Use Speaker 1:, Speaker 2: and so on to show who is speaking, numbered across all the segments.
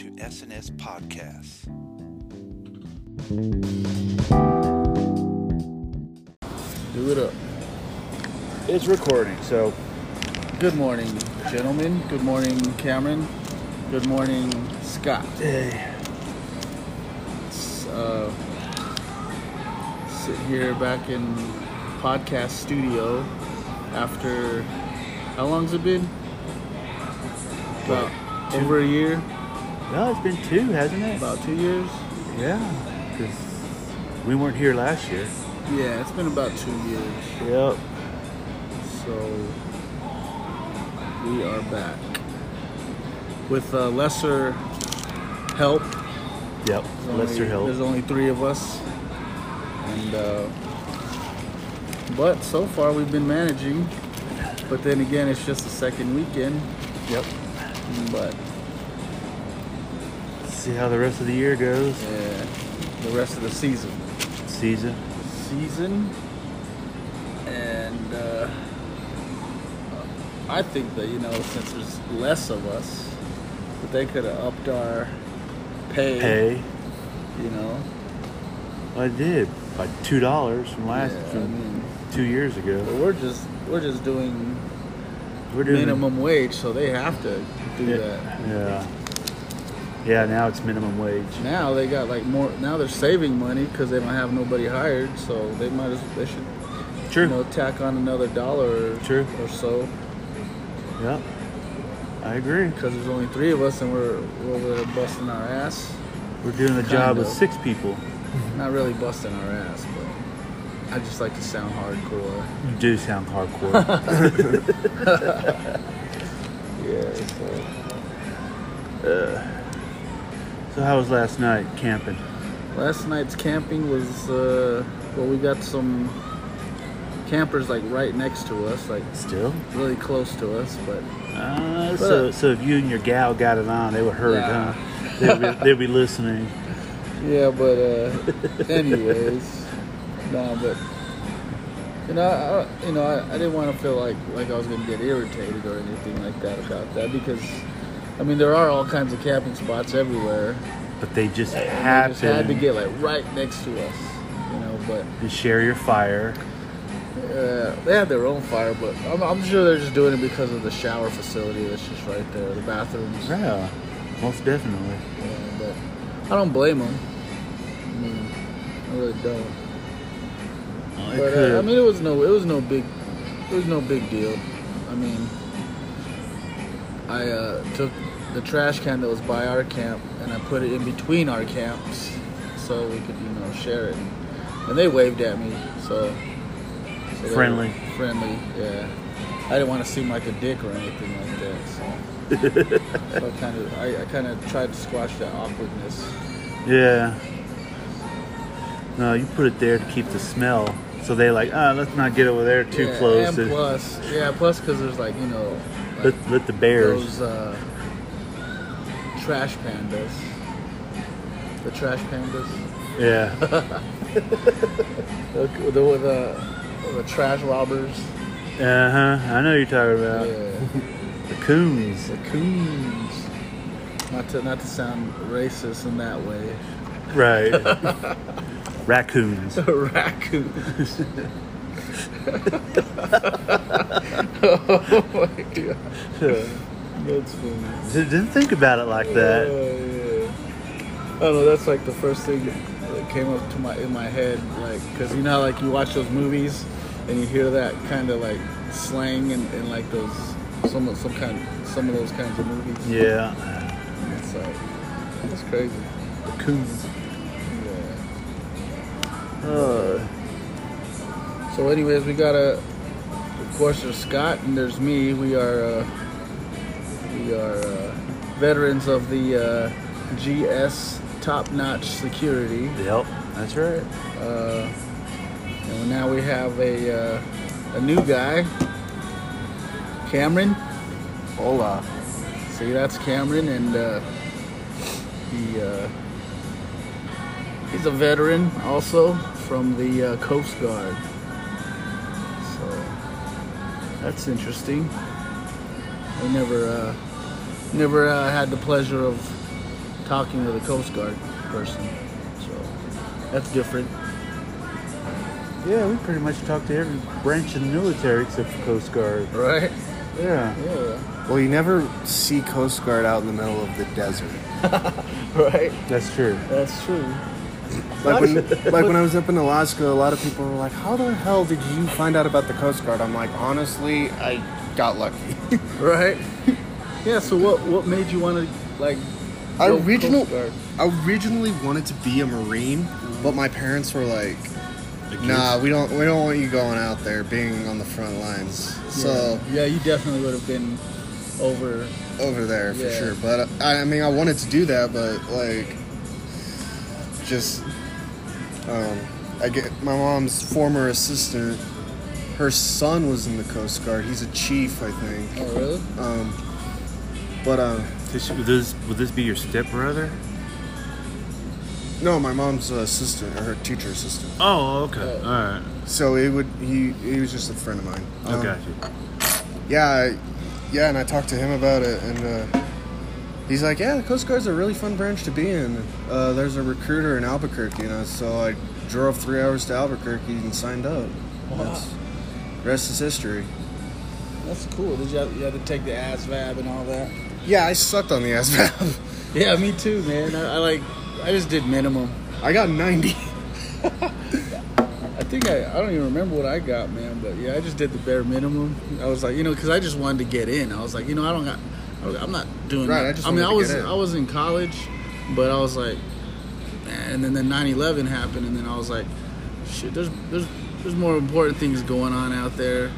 Speaker 1: Jazz Podcasts.
Speaker 2: Do it up.
Speaker 3: It's recording, so
Speaker 2: Good morning, gentlemen. Good morning, Cameron. Good morning, Scott. It's, uh, sit here back in podcast studio after how long's it been? About over a year,
Speaker 3: no, it's been two, hasn't it?
Speaker 2: about two years.
Speaker 3: yeah, because we weren't here last year.
Speaker 2: Yeah, it's been about two years.
Speaker 3: Yep.
Speaker 2: So we are back with uh, lesser help.
Speaker 3: Yep.
Speaker 2: There's
Speaker 3: Lester
Speaker 2: only- There's
Speaker 3: Hill.
Speaker 2: only three of us, and uh, but so far we've been managing. But then again, it's just the second weekend.
Speaker 3: Yep.
Speaker 2: But
Speaker 3: See how the rest of the year goes.
Speaker 2: uh, the rest of the season,
Speaker 3: Season.
Speaker 2: season, and uh, I think that you know since there's less of us, that they could have upped our pay.
Speaker 3: Pay.
Speaker 2: You know,
Speaker 3: I did by two dollars from last
Speaker 2: Yeah, I
Speaker 3: from
Speaker 2: mean,
Speaker 3: two years
Speaker 2: but
Speaker 3: ago.
Speaker 2: we're just we're just doing
Speaker 3: We're
Speaker 2: minimum wage, so they have to do
Speaker 3: Yeah.
Speaker 2: that.
Speaker 3: Yeah. Yeah. Now it's minimum wage.
Speaker 2: Now they got like more. Now they're saving money because they don't have nobody hired, so they might as they should you know
Speaker 3: True.
Speaker 2: tack on another dollar or-
Speaker 3: True.
Speaker 2: or so
Speaker 3: Yep. I agree.
Speaker 2: because there's only three of us and we're we're over there busting our ass.
Speaker 3: We're doing the
Speaker 2: Kind
Speaker 3: job with
Speaker 2: of.
Speaker 3: six people.
Speaker 2: Not really busting our ass, but I just like to sound hardcore.
Speaker 3: You do sound hardcore.
Speaker 2: Yeah. So.
Speaker 3: so how was last night camping?
Speaker 2: Last night's camping was uh, well, we got some campers like right next to us, like
Speaker 3: Still.
Speaker 2: really close to us, but
Speaker 3: Uh, so, so if you and your gal got it on, they would heard,
Speaker 2: Yeah.
Speaker 3: huh? They'd be, they'd be listening.
Speaker 2: yeah, but uh, anyways, no, but you know, I, you know, I, I didn't want to feel like like I was gonna get irritated or anything like that about that because. I mean, there are all kinds of camping spots everywhere.
Speaker 3: But they just
Speaker 2: I
Speaker 3: happen
Speaker 2: just had to get like right next to us, you know. But
Speaker 3: to share your fire.
Speaker 2: Uh, they had their own fire, but I'm, I'm sure they're just doing it because of the shower facility that's just right there, the bathrooms.
Speaker 3: Yeah, most definitely.
Speaker 2: Yeah, but I don't blame them. I mean, I really don't.
Speaker 3: Well, it
Speaker 2: But
Speaker 3: could-
Speaker 2: uh, I mean, it was no, it was no big, it was no big deal. I mean, I uh, took the trash can that was by our camp and I put it in between our camps so we could, you know, share it. And they waved at me, so, so they were
Speaker 3: Friendly.
Speaker 2: friendly, yeah. I didn't want to seem like a dick or anything like that, so. so I kind of, I, I kind of tried to squash that awkwardness.
Speaker 3: yeah. No, you put it there to keep the smell. So they like, ah, let's not get over there too
Speaker 2: Yeah,
Speaker 3: close.
Speaker 2: And
Speaker 3: to-
Speaker 2: plus, yeah, plus because there's like you know, like,
Speaker 3: let, let the bears.
Speaker 2: those uh, trash pandas. The trash pandas.
Speaker 3: Yeah,
Speaker 2: The, the, the, the trash robbers.
Speaker 3: uh huh. I know you're talking
Speaker 2: Yeah.
Speaker 3: about the coons.
Speaker 2: The coons. Not to, not to sound racist in that way.
Speaker 3: Right. Raccoons.
Speaker 2: Raccoons. oh my god. That's funny.
Speaker 3: Didn't think about it like that.
Speaker 2: Yeah, yeah. I don't know. That's like the first thing that came up to my in my head, like because you know, how, like you watch those movies and you hear that kind of like slang and, and like those some of- some kind some of those kinds of movies.
Speaker 3: Yeah.
Speaker 2: And it's like that's crazy.
Speaker 3: The coons.
Speaker 2: Yeah.
Speaker 3: Uh,
Speaker 2: So, anyways, we got a of course there's Scott and there's me. We are uh, we are uh, veterans of the uh, GS top notch security.
Speaker 3: yep, that's right.
Speaker 2: Uh, and now we have a uh, a new guy, Cameron. Hola. See, that's Cameron, and uh, he uh, he's a veteran also from the uh, Coast Guard. So that's interesting. I never uh, never uh, had the pleasure of talking with a Coast Guard person. So that's different.
Speaker 3: Yeah, we pretty much talked to every branch of the military except for Coast Guard.
Speaker 2: Right?
Speaker 3: Yeah.
Speaker 2: Yeah.
Speaker 1: Well, you never see Coast Guard out in the middle of the desert.
Speaker 2: Right?
Speaker 3: That's true.
Speaker 2: That's true.
Speaker 1: Like when, like when I was up in Alaska, a lot of people were like, "How the hell did you find out about the Coast Guard?" I'm like, honestly, I got lucky.
Speaker 2: Right? Yeah, so what what made you want to like
Speaker 1: I
Speaker 2: go
Speaker 1: original-
Speaker 2: Coast Guard?
Speaker 1: I originally wanted to be a Marine, but my parents were like, "Nah, we don't, we don't want you going out there being on the front lines." So
Speaker 2: yeah, you definitely would have been over
Speaker 1: over there for
Speaker 2: Yeah.
Speaker 1: sure. But I, I mean, I wanted to do that, but like, just um, I get my mom's former assistant. Her son was in the Coast Guard. He's a chief, I think.
Speaker 2: Oh really?
Speaker 1: Um, but uh,
Speaker 3: This, would, this, would this be your stepbrother?
Speaker 1: no, my mom's uh, assistant or her teacher assistant.
Speaker 3: Oh, okay.
Speaker 2: Uh,
Speaker 3: All right.
Speaker 1: So it would he he was just a friend of mine.
Speaker 3: I
Speaker 1: Um,
Speaker 3: got you.
Speaker 1: Yeah, I- yeah, and I talked to him about it, and uh, he's like, "Yeah, the Coast Guard's a really fun branch to be in. Uh, there's a recruiter in Albuquerque, you know." So I drove three hours to Albuquerque and signed up.
Speaker 2: Wow.
Speaker 1: That's, rest is history.
Speaker 2: That's cool. Did you have, you had to take the ASVAB and all that?
Speaker 1: Yeah, I sucked on the ASVAB.
Speaker 2: Yeah, me too, man. I, I like I just did minimum.
Speaker 1: I got 90.
Speaker 2: I think I, I don't even remember what I got, man. But yeah, I just did the bare minimum. I was like, you know, because I just wanted to get in. I was like, you know, I don't got, I was- I'm not doing.
Speaker 1: Right, I just
Speaker 2: mean,
Speaker 1: wanted
Speaker 2: I
Speaker 1: to
Speaker 2: was
Speaker 1: get in.
Speaker 2: I was in college, but I was like, man, and then the 9/11 happened, and then I was like, shit, there's there's there's more important things going on out there.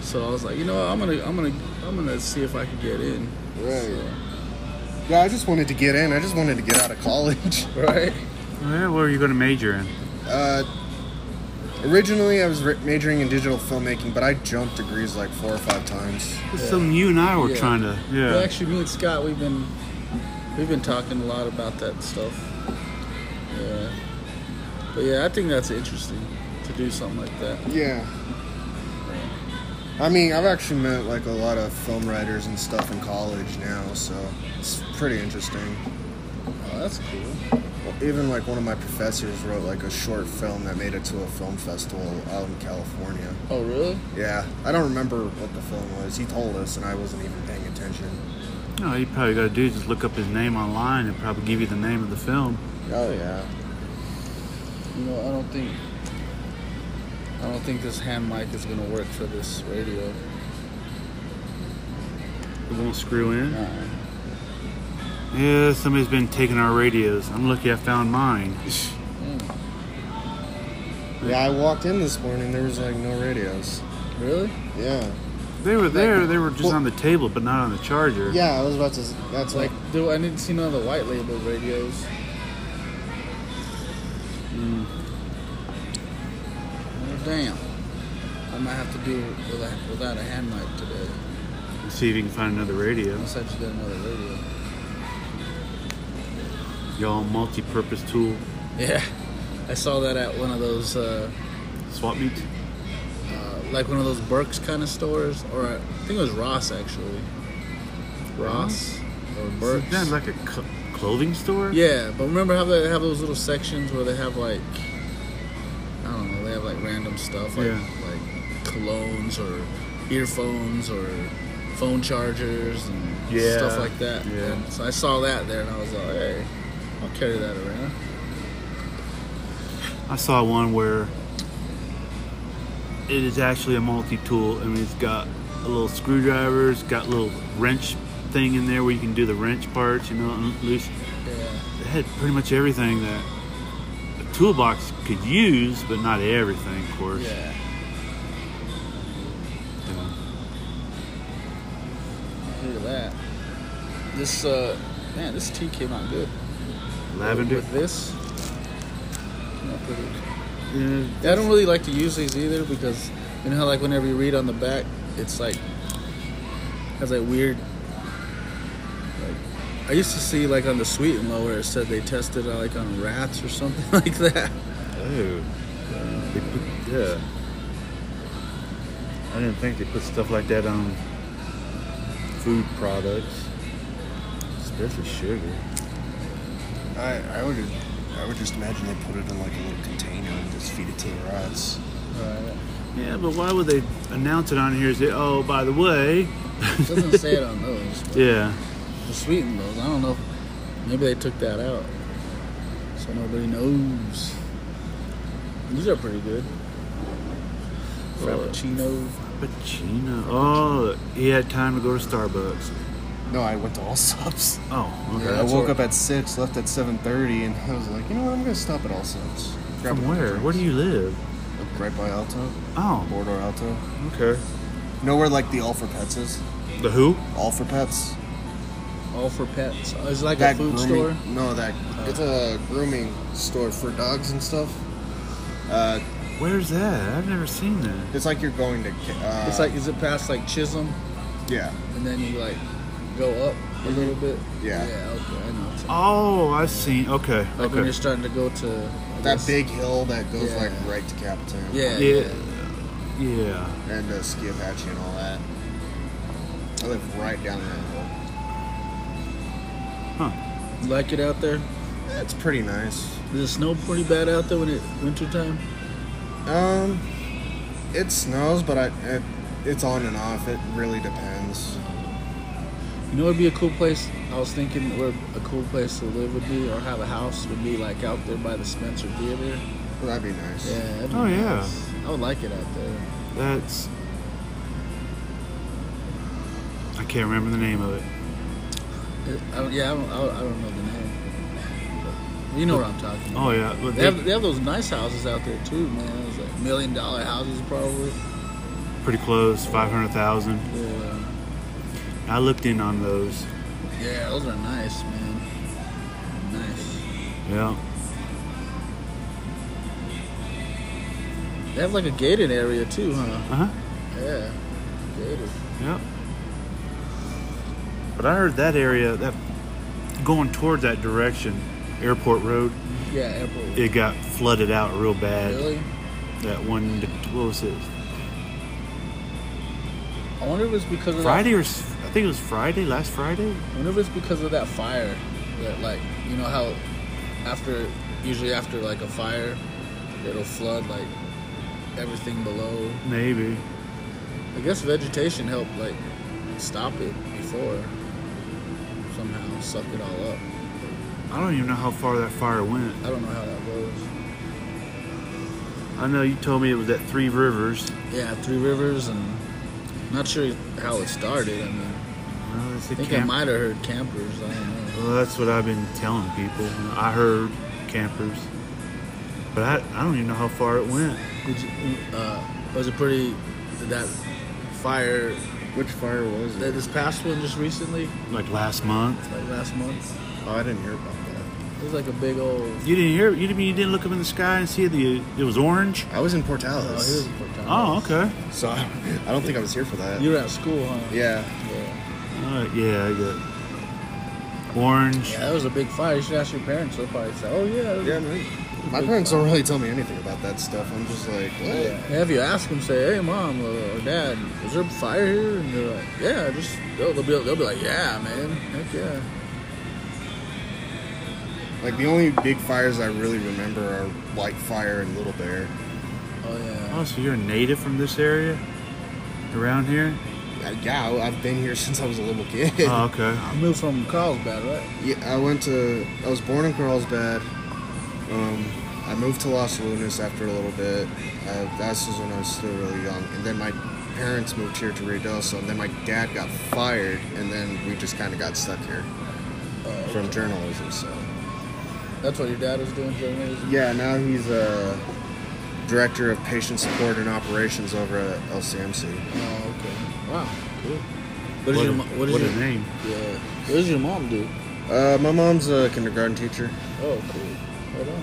Speaker 2: So I was like, you know, what, I'm gonna I'm gonna I'm gonna see if I can get in.
Speaker 1: Right. Yeah, I just wanted to get in. I just wanted to get out of college.
Speaker 2: So, right.
Speaker 3: Well, what are you going to major in?
Speaker 1: Uh, originally, I was ri majoring in digital filmmaking, but I jumped degrees like four or five times.
Speaker 3: That's Something you and I were
Speaker 2: Yeah.
Speaker 3: trying to. Yeah.
Speaker 2: Well, actually, me and Scott, we've been we've been talking a lot about that stuff. Yeah, but yeah, I think that's interesting to do something like that.
Speaker 1: Yeah. I mean, I've actually met like a lot of film writers and stuff in college now, so it's pretty interesting.
Speaker 2: Oh, that's cool.
Speaker 1: Even like one of my professors wrote like a short film that made it to a film festival out in California.
Speaker 2: Oh, really?
Speaker 1: Yeah, I don't remember what the film was. He told us, and I wasn't even paying attention.
Speaker 3: No, you probably got to do is just look up his name online and probably give you the name of the film.
Speaker 1: Oh yeah.
Speaker 2: You know, I don't think I don't think this hand mic is gonna work for this radio.
Speaker 3: It won't screw in.
Speaker 2: Nah.
Speaker 3: Yeah, somebody's been taking our radios. I'm lucky I found mine.
Speaker 2: Mm.
Speaker 1: Yeah, I walked in this morning. There was like no radios.
Speaker 2: Really?
Speaker 1: Yeah.
Speaker 3: They were there. They were just on the table, but not on the charger.
Speaker 1: Yeah, I was about to. s- That's
Speaker 2: Like,
Speaker 1: like.
Speaker 2: do I didn't see none of the white label radios? Hmm. Well, damn. I might have to do it without, without a hand mic today.
Speaker 3: See if you can find another radio.
Speaker 2: Unless I just get another radio.
Speaker 3: Y'all multi-purpose tool
Speaker 2: Yeah. I saw that at one of those, uh,
Speaker 3: swap meet.
Speaker 2: uh, like one of those Burks kind of stores, or I think it was Ross actually. Ross or Burks.
Speaker 3: Is that like a cl- clothing store?
Speaker 2: Yeah, but remember how they have those little sections where they have like I don't know, they have like random stuff like
Speaker 3: Yeah.
Speaker 2: like colognes or earphones or phone chargers and
Speaker 3: Yeah,
Speaker 2: stuff like that.
Speaker 3: yeah.
Speaker 2: And so I saw that there and I was like, hey, I'll carry that around.
Speaker 3: I saw one where it is actually a multi-tool. I mean, it's got a little screwdriver. It's got a little wrench thing in there where you can do the wrench parts. You know, and loose.
Speaker 2: Yeah.
Speaker 3: It had pretty much everything that a toolbox could use, but not everything, of course.
Speaker 2: Yeah.
Speaker 3: Yeah.
Speaker 2: Look at that. This uh man, this tea came out good.
Speaker 3: Lavender.
Speaker 2: With this. came out pretty good.
Speaker 3: Yeah.
Speaker 2: Yeah, I don't really like to use these either because you know how like whenever you read on the back, it's like has that weird. Like, I used to see like on the sweet and low where it said they tested uh, like on rats or something like that.
Speaker 3: Oh. They put, yeah. I didn't think they put stuff like that on food products, especially sugar.
Speaker 1: I, I would I would just imagine they put it in like a little container and just feed it to the rats.
Speaker 2: Right.
Speaker 3: Yeah, but why would they announce it on here? Is it, oh, by the way?
Speaker 2: It doesn't say it on those. But
Speaker 3: Yeah.
Speaker 2: To sweeten those, I don't know. if- Maybe they took that out, so nobody knows. These are pretty good. Frappuccino.
Speaker 3: Pacino. Oh, he had time to go to Starbucks.
Speaker 1: No, I went to all subs.
Speaker 3: Oh, okay.
Speaker 1: I
Speaker 2: that's
Speaker 1: woke
Speaker 2: what-
Speaker 1: up at six, left at seven thirty, and I was like, you know what? I'm gonna stop at all subs. Grab
Speaker 3: From
Speaker 1: a couple
Speaker 3: where?
Speaker 1: drinks.
Speaker 3: Where do you live?
Speaker 1: Like, Right by Alto,
Speaker 3: Oh,
Speaker 1: Bordeaux Alto.
Speaker 3: okay.
Speaker 1: You know where like the All for Pets is?
Speaker 3: The who?
Speaker 1: All for Pets.
Speaker 2: All for pets. Oh, It's like a food
Speaker 1: grooming,
Speaker 2: store. Oh.
Speaker 1: No, that it's a grooming store for dogs and stuff. Uh,
Speaker 3: Where's that? I've never seen that.
Speaker 1: it's like you're going to. ca- Uh,
Speaker 2: It's like is it past like Chisholm,
Speaker 1: yeah,
Speaker 2: and then you like go up a little bit.
Speaker 1: Yeah.
Speaker 2: Yeah. Okay. I know. It's like
Speaker 3: Oh, I've seen. Okay,
Speaker 2: like when
Speaker 3: okay.
Speaker 2: you're starting to go to I
Speaker 1: that
Speaker 2: guess-
Speaker 1: big hill that goes
Speaker 2: Yeah.
Speaker 1: like right to Capitan.
Speaker 2: Yeah.
Speaker 3: Yeah, yeah.
Speaker 1: and uh, Ski Apache and all that. I live right down that hill.
Speaker 2: You Like it out there?
Speaker 1: It's pretty nice.
Speaker 2: Does it snow pretty bad out there when it winter time?
Speaker 1: Um, it snows, but I it, it's on and off. It really depends.
Speaker 2: You know, it'd be a cool place. I was thinking where a cool place to live would be, or have a house would be like out there by the Spencer Theater.
Speaker 1: Well, that'd be nice.
Speaker 2: Yeah. that'd be
Speaker 3: Oh, yeah.
Speaker 2: nice. I would like it out there.
Speaker 3: That's. I can't remember the name of it.
Speaker 2: It- I, don't- yeah, I don't, I, don't- I don't know the name. But you know what I'm talking about.
Speaker 3: Oh yeah, but
Speaker 2: They have, they have those nice houses out there too, man. It was like million dollar houses probably.
Speaker 3: pretty close, five hundred thousand.
Speaker 2: Yeah.
Speaker 3: I looked in on those.
Speaker 2: Yeah, those are nice, man. Nice.
Speaker 3: Yeah.
Speaker 2: They have like a gated area too, huh?
Speaker 3: Uh huh.
Speaker 2: Yeah. Gated.
Speaker 3: Yep. But I heard that area that going towards that direction, Airport Road,
Speaker 2: Yeah, airport.
Speaker 3: it got flooded out real bad.
Speaker 2: Really?
Speaker 3: That one, what was it?
Speaker 2: I wonder if it's because of
Speaker 3: Friday or s- I think it was Friday, last Friday.
Speaker 2: That, I wonder if it's because of that fire. That like you know how after usually after like a fire, it'll flood like everything below.
Speaker 3: Maybe.
Speaker 2: I guess vegetation helped like stop it before. Somehow suck it all up.
Speaker 3: I don't even know how far that fire went.
Speaker 2: I don't know how that goes.
Speaker 3: I know you told me it was at Three Rivers.
Speaker 2: Yeah, Three Rivers and not sure how it started. I mean,
Speaker 3: Well, it's a
Speaker 2: I think I
Speaker 3: camp-
Speaker 2: might have heard campers. I don't know.
Speaker 3: Well, that's what I've been telling people. I heard campers, but I, I don't even know how far it went.
Speaker 2: Did you, uh, was it pretty that fire
Speaker 1: Which fire was
Speaker 2: that
Speaker 1: it?
Speaker 2: this past one just recently,
Speaker 3: Like last month.
Speaker 2: like last month?
Speaker 1: Oh, I didn't hear about that.
Speaker 2: It was like a big old.
Speaker 3: You didn't hear? You didn't, you didn't look up in the sky and see the? It was orange.
Speaker 1: I was in
Speaker 2: Oh, he was
Speaker 1: Portales,
Speaker 2: a part-time.
Speaker 3: Oh, okay.
Speaker 1: so I, I don't think I was here for that.
Speaker 2: You were at school, huh?
Speaker 1: Yeah.
Speaker 2: Yeah.
Speaker 3: Uh, yeah, yeah. Orange.
Speaker 2: Yeah, that was a big fire. You should ask your parents. They'll probably say, "Oh yeah." it was a-
Speaker 1: Yeah, man. My parents don't really tell me anything about that stuff. I'm just like, what?
Speaker 2: Yeah, if you ask them, say, "Hey, mom or or dad, is there fire here?" and they're like, "Yeah," just they'll, they'll be they'll be like, "Yeah, man, heck yeah."
Speaker 1: Like the only big fires I really remember are White Fire and Little Bear.
Speaker 2: Oh yeah.
Speaker 3: Oh, so you're a native from this area? Around here?
Speaker 1: Uh, yeah, I- I've been here since I was a little kid.
Speaker 3: Oh, okay.
Speaker 2: You moved from Carlsbad, right?
Speaker 1: yeah, I went to. I was born in Carlsbad. Um, I moved to Los Lunas after a little bit. Uh, that's just when I was still really young. And then my parents moved here to Rio Del Sol. And then my dad got fired, and then we just kind of got stuck here from journalism. So
Speaker 2: Oh, That's what your dad was doing. journalism?
Speaker 1: yeah, now he's a director of patient support and operations over at LCMC.
Speaker 2: Oh, okay. Wow. Cool. What
Speaker 3: What
Speaker 2: is
Speaker 3: a-
Speaker 2: your mo- what is
Speaker 3: what a
Speaker 2: your
Speaker 3: name.
Speaker 2: Yeah. What does your mom do?
Speaker 1: Uh, my mom's a kindergarten teacher.
Speaker 2: Oh, cool. Right on.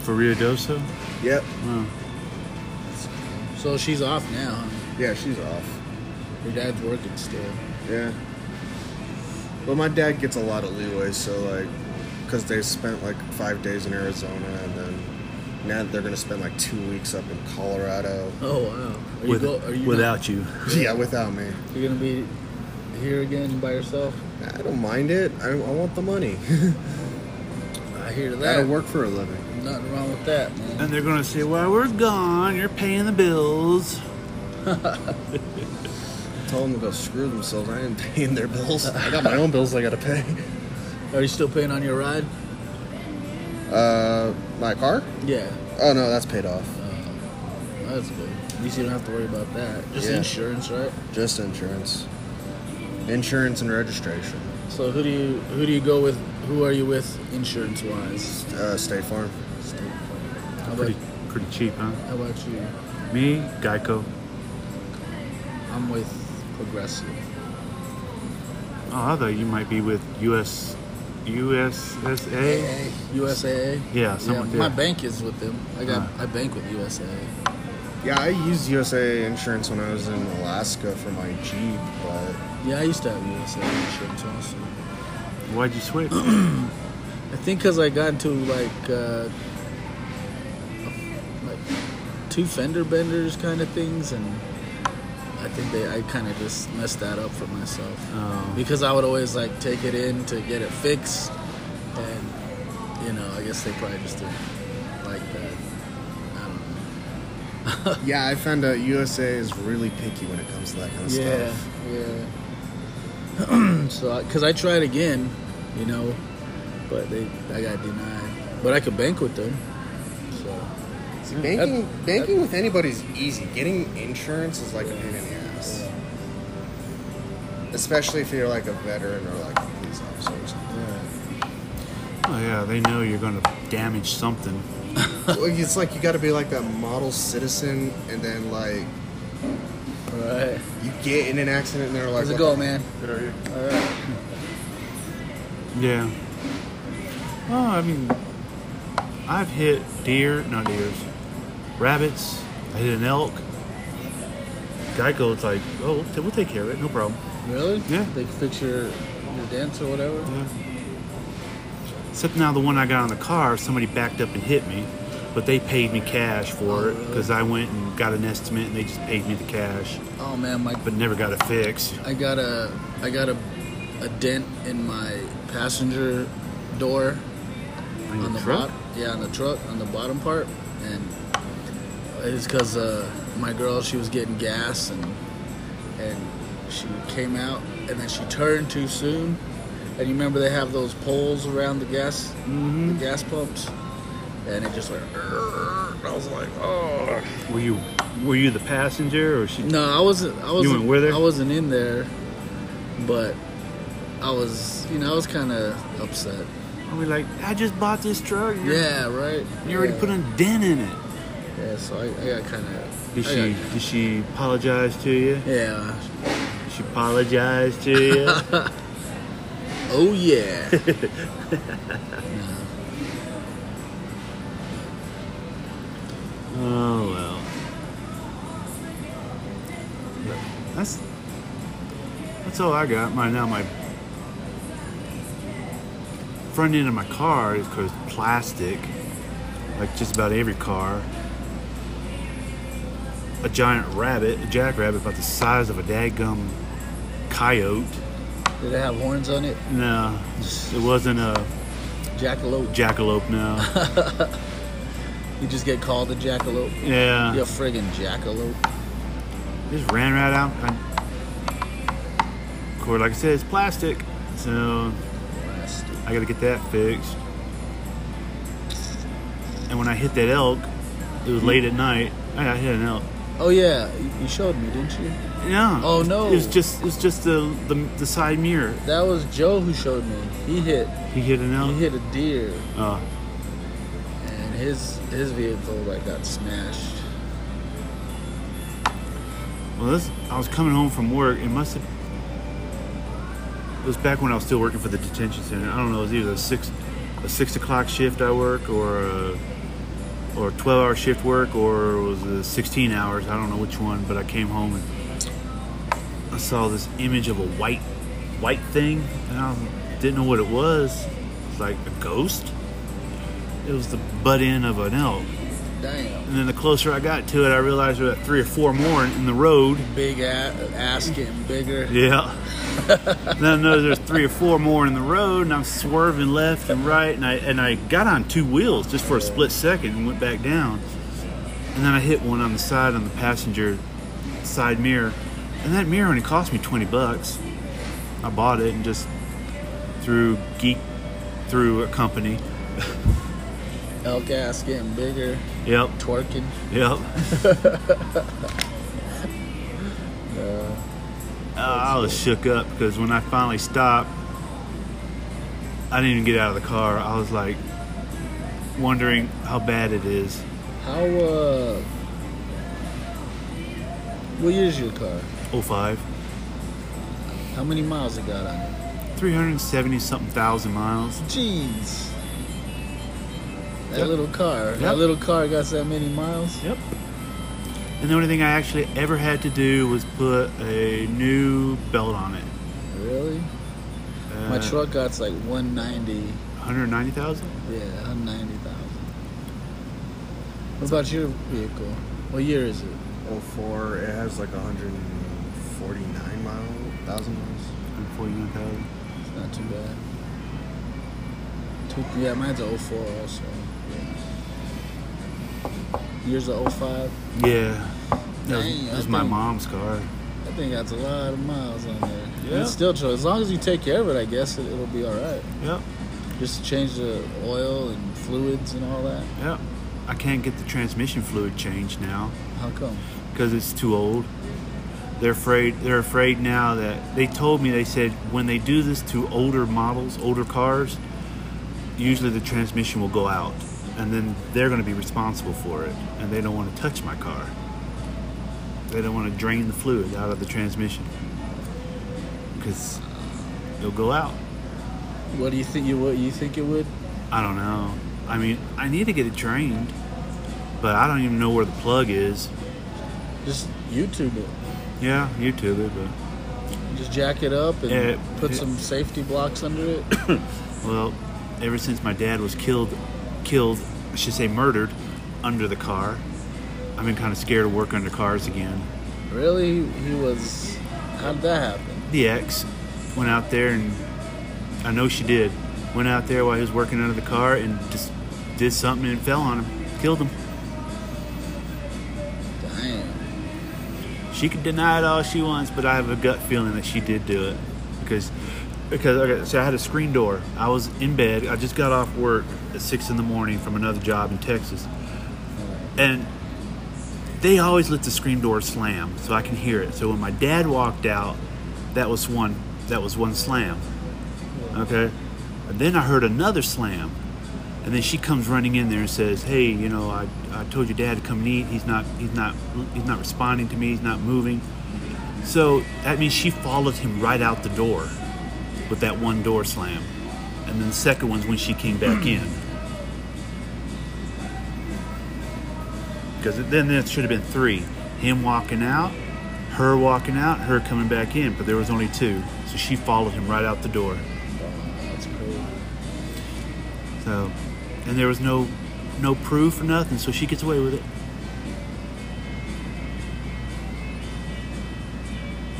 Speaker 3: For Rio Doso?
Speaker 1: Yep.
Speaker 3: Oh.
Speaker 2: So she's off now. Huh?
Speaker 1: Yeah, she's off.
Speaker 2: Your dad's working still.
Speaker 1: Yeah. But my dad gets a lot of leeway, so like, because they spent like five days in Arizona, and then now they're gonna spend like two weeks up in Colorado.
Speaker 2: Oh wow. Are you
Speaker 3: With-
Speaker 2: go, are you
Speaker 3: without you.
Speaker 1: Yeah, without me,
Speaker 2: not, you're gonna be here again by yourself?
Speaker 1: I don't mind it. I, I want the money.
Speaker 2: I hear
Speaker 1: Gotta
Speaker 2: that.
Speaker 1: work for a living.
Speaker 2: Nothing wrong with that, man.
Speaker 3: And they're gonna say, "Well, we're gone. You're paying the bills."
Speaker 1: Told them to go screw themselves. I ain't paying their bills. I got my own bills I gotta pay.
Speaker 2: Are you still paying on your ride?
Speaker 1: Uh, my car?
Speaker 2: Yeah,
Speaker 1: Oh no, that's paid off.
Speaker 2: that's good. At least you don't have to worry about that. Just
Speaker 1: Yeah.
Speaker 2: insurance, right?
Speaker 1: Just insurance, insurance and registration.
Speaker 2: So who do you who do you go with? Who are you with insurance wise?
Speaker 1: Uh, State Farm.
Speaker 2: How about,
Speaker 3: Pretty, pretty cheap, huh?
Speaker 2: how about you?
Speaker 3: Me, Geico.
Speaker 2: I'm with Progressive.
Speaker 3: Oh, I thought you might be with US, USSA.
Speaker 2: USAA.
Speaker 3: Yeah, Uh, something
Speaker 2: my
Speaker 3: like that. Uh.
Speaker 2: bank is with them. I got I bank with USAA.
Speaker 1: Yeah, I used USA Insurance when I was in Alaska for my Jeep, but
Speaker 2: Yeah, I used to have USAA insurance also.
Speaker 3: Why'd you switch? Oh,
Speaker 2: I think because I got into like uh, like two fender benders kind of things, and I think they I kind of just messed that up for myself
Speaker 3: Oh.
Speaker 2: because I would always like take it in to get it fixed, and you know I guess they probably just didn't like that. I don't know.
Speaker 1: yeah, I found out USA is really picky when it comes to that kind of
Speaker 2: yeah,
Speaker 1: stuff.
Speaker 2: yeah. so, because I tried again, you know, but they I got denied. But I could bank with them. So
Speaker 1: See, banking, banking with anybody's easy. Getting insurance is like a pain in the ass, especially if you're like a veteran or like a police officer. Or something.
Speaker 2: yeah.
Speaker 3: oh yeah, they know you're gonna damage something.
Speaker 1: Well, it's like you got to be like that model citizen, and then like
Speaker 2: Alright.
Speaker 1: you get in an accident, and they're like,
Speaker 2: How's it
Speaker 1: "What
Speaker 2: go,
Speaker 1: the-
Speaker 2: man?
Speaker 1: Good are you?
Speaker 2: Alright.
Speaker 3: Yeah. Oh, I mean, I've hit deer, not deers, rabbits. I hit an elk. Geico's like, oh, we'll, we'll take care of it, no problem.
Speaker 2: Really?
Speaker 3: Yeah.
Speaker 2: They can fix your your dents or whatever.
Speaker 3: Yeah. Except now the one I got on the car, somebody backed up and hit me, but they paid me cash for
Speaker 2: Oh,
Speaker 3: it because I went and got an estimate and they just paid me the cash,
Speaker 2: Oh man, my
Speaker 3: but never got it fixed.
Speaker 2: I got a I got a a dent in my passenger door
Speaker 3: On
Speaker 2: on
Speaker 3: your
Speaker 2: the
Speaker 3: truck?
Speaker 2: bot- yeah, on the truck, on the bottom part, and it's because uh, my girl she was getting gas and and she came out and then she turned too soon. And you remember they have those poles around the gas the gas pumps, and it just went. "Arr." I was like, oh.
Speaker 3: Were you were you the passenger or she?
Speaker 2: No, I wasn't. I wasn't.
Speaker 3: went with her?
Speaker 2: I wasn't in there, but I was. You know, I was kind of upset.
Speaker 3: I was like, I just bought this truck. You're,
Speaker 2: Yeah, right.
Speaker 3: You already
Speaker 2: yeah.
Speaker 3: put a dent in it.
Speaker 2: Yeah, so I, I got kind of.
Speaker 3: Did she did she apologize to you?
Speaker 2: Yeah.
Speaker 3: She apologized to you.
Speaker 2: Oh yeah.
Speaker 3: oh well. But That's that's all I got. My now my front end of my car is cause plastic, like just about every car. A giant rabbit, a jackrabbit about the size of a daggum coyote.
Speaker 2: Did it have horns on it?
Speaker 3: No, it wasn't a
Speaker 2: Jackalope.
Speaker 3: jackalope. No,
Speaker 2: You just get called a jackalope.
Speaker 3: yeah.
Speaker 2: You're a friggin' jackalope.
Speaker 3: Just ran right out. I, of course, like I said, it's plastic, so
Speaker 2: Bastard.
Speaker 3: I gotta get that fixed. And when I hit that elk, it was late at night. I I hit an elk.
Speaker 2: Oh yeah, you- you showed me, didn't you?
Speaker 3: Yeah.
Speaker 2: Oh, no.
Speaker 3: It was just it was just the the, the side mirror.
Speaker 2: That was Joe who showed me. He hit.
Speaker 3: He hit an
Speaker 2: He
Speaker 3: elk.
Speaker 2: hit a deer,
Speaker 3: Oh,
Speaker 2: and his his vehicle like got smashed.
Speaker 3: well, this I was coming home from work. It must have. It was back when I was still working for the detention center. I don't know. It was either a six, a six o'clock shift I work, or a, or a twelve-hour shift work, or it was a sixteen hours. I don't know which one. But I came home and I saw this image of a white, white thing, and I didn't know what it was. It's like a ghost. It was the butt end of an elk.
Speaker 2: Damn.
Speaker 3: And then the closer I got to it, I realized there were three or four more in, in the road.
Speaker 2: Big ass, ass getting bigger.
Speaker 3: Yeah. then I know there's three or four more in the road, and I'm swerving left and right, and I and I got on two wheels just for a split second and went back down, and then I hit one on the side on the passenger side mirror, and that mirror only cost me twenty bucks. I bought it and just through geek through a company.
Speaker 2: El gas getting bigger,
Speaker 3: Yep,
Speaker 2: twerking.
Speaker 3: yep.
Speaker 2: Uh,
Speaker 3: Uh, I was shook up because when I finally stopped, I didn't even get out of the car. I was like wondering how bad it is.
Speaker 2: how uh, what year is your car?
Speaker 3: 05,
Speaker 2: How many miles it got on it?
Speaker 3: 370 something thousand miles.
Speaker 2: Jeez. That
Speaker 3: Yep.
Speaker 2: little car.
Speaker 3: Yep.
Speaker 2: That little car got that many miles.
Speaker 3: Yep. And the only thing I actually ever had to do was put a new belt on it.
Speaker 2: Really?
Speaker 3: Uh,
Speaker 2: My truck got's like 190.
Speaker 3: 190,000?
Speaker 2: Yeah, 190,000. What about your vehicle? What year is it?
Speaker 1: 04, "Oh, it has like 149 mile, thousand miles.
Speaker 3: 149,000.
Speaker 2: It's not too bad. Two, yeah, mine's a 04 also. Years of 05.
Speaker 3: Yeah. That was,
Speaker 2: Dang,
Speaker 3: that was
Speaker 2: I
Speaker 3: my
Speaker 2: think-
Speaker 3: mom's car.
Speaker 2: That thing got a lot of miles on there.
Speaker 3: Yeah.
Speaker 2: It's still true. As long as you take care of it, I guess it, it'll be all right.
Speaker 3: Yep.
Speaker 2: Just change the oil and fluids and all that.
Speaker 3: Yep. I can't get the transmission fluid changed now.
Speaker 2: How come?
Speaker 3: because it's too old. They're afraid. They're afraid now that they told me. They said when they do this to older models, older cars, usually the transmission will go out, and then they're going to be responsible for it. And they don't want to touch my car. They don't want to drain the fluid out of the transmission because it'll go out.
Speaker 2: What do you think you would? You think it would?
Speaker 3: I don't know. I mean, I need to get it drained, but I don't even know where the plug is.
Speaker 2: Just YouTube it.
Speaker 3: Yeah, YouTube it, but.
Speaker 2: Just jack it up and
Speaker 3: Yeah.
Speaker 2: put some safety blocks under it.
Speaker 3: Well, ever since my dad was killed, killed, I should say murdered, under the car, I've been kind of scared of work under cars again.
Speaker 2: really? He was. How'd that happen?
Speaker 3: The ex went out there and I know she did. Went out there while he was working under the car and just did something and fell on him, killed him.
Speaker 2: Damn.
Speaker 3: She can deny it all she wants, but I have a gut feeling that she did do it because because okay, so I had a screen door. I was in bed. I just got off work at six in the morning from another job in Texas, and they always let the screen door slam so I can hear it. So when my dad walked out, that was one that was one slam. Okay, and then I heard another slam, and then she comes running in there and says, "Hey, you know, I, I told your dad to come and eat. He's not he's not he's not responding to me. He's not moving." So that means she followed him right out the door with that one door slam, and then the second one's when she came back in. Because then it should have been three: him walking out, her walking out, her coming back in. But there was only two, so she followed him right out the door.
Speaker 2: That's crazy.
Speaker 3: So, and there was no, no proof or nothing, so she gets away with it.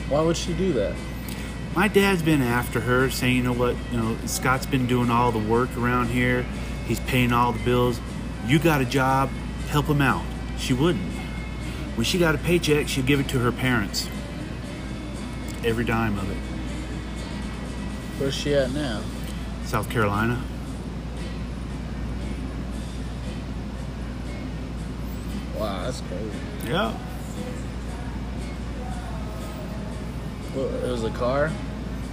Speaker 2: Why would she do that?
Speaker 3: My dad's been after her, saying, you know what, you know, Scott's been doing all the work around here. He's paying all the bills. You got a job, help him out. She wouldn't. When she got a paycheck, she'd give it to her parents. Every dime of it.
Speaker 2: Where's she at now?
Speaker 3: South Carolina.
Speaker 2: Wow, that's crazy.
Speaker 3: Yeah.
Speaker 2: Well, it was a car.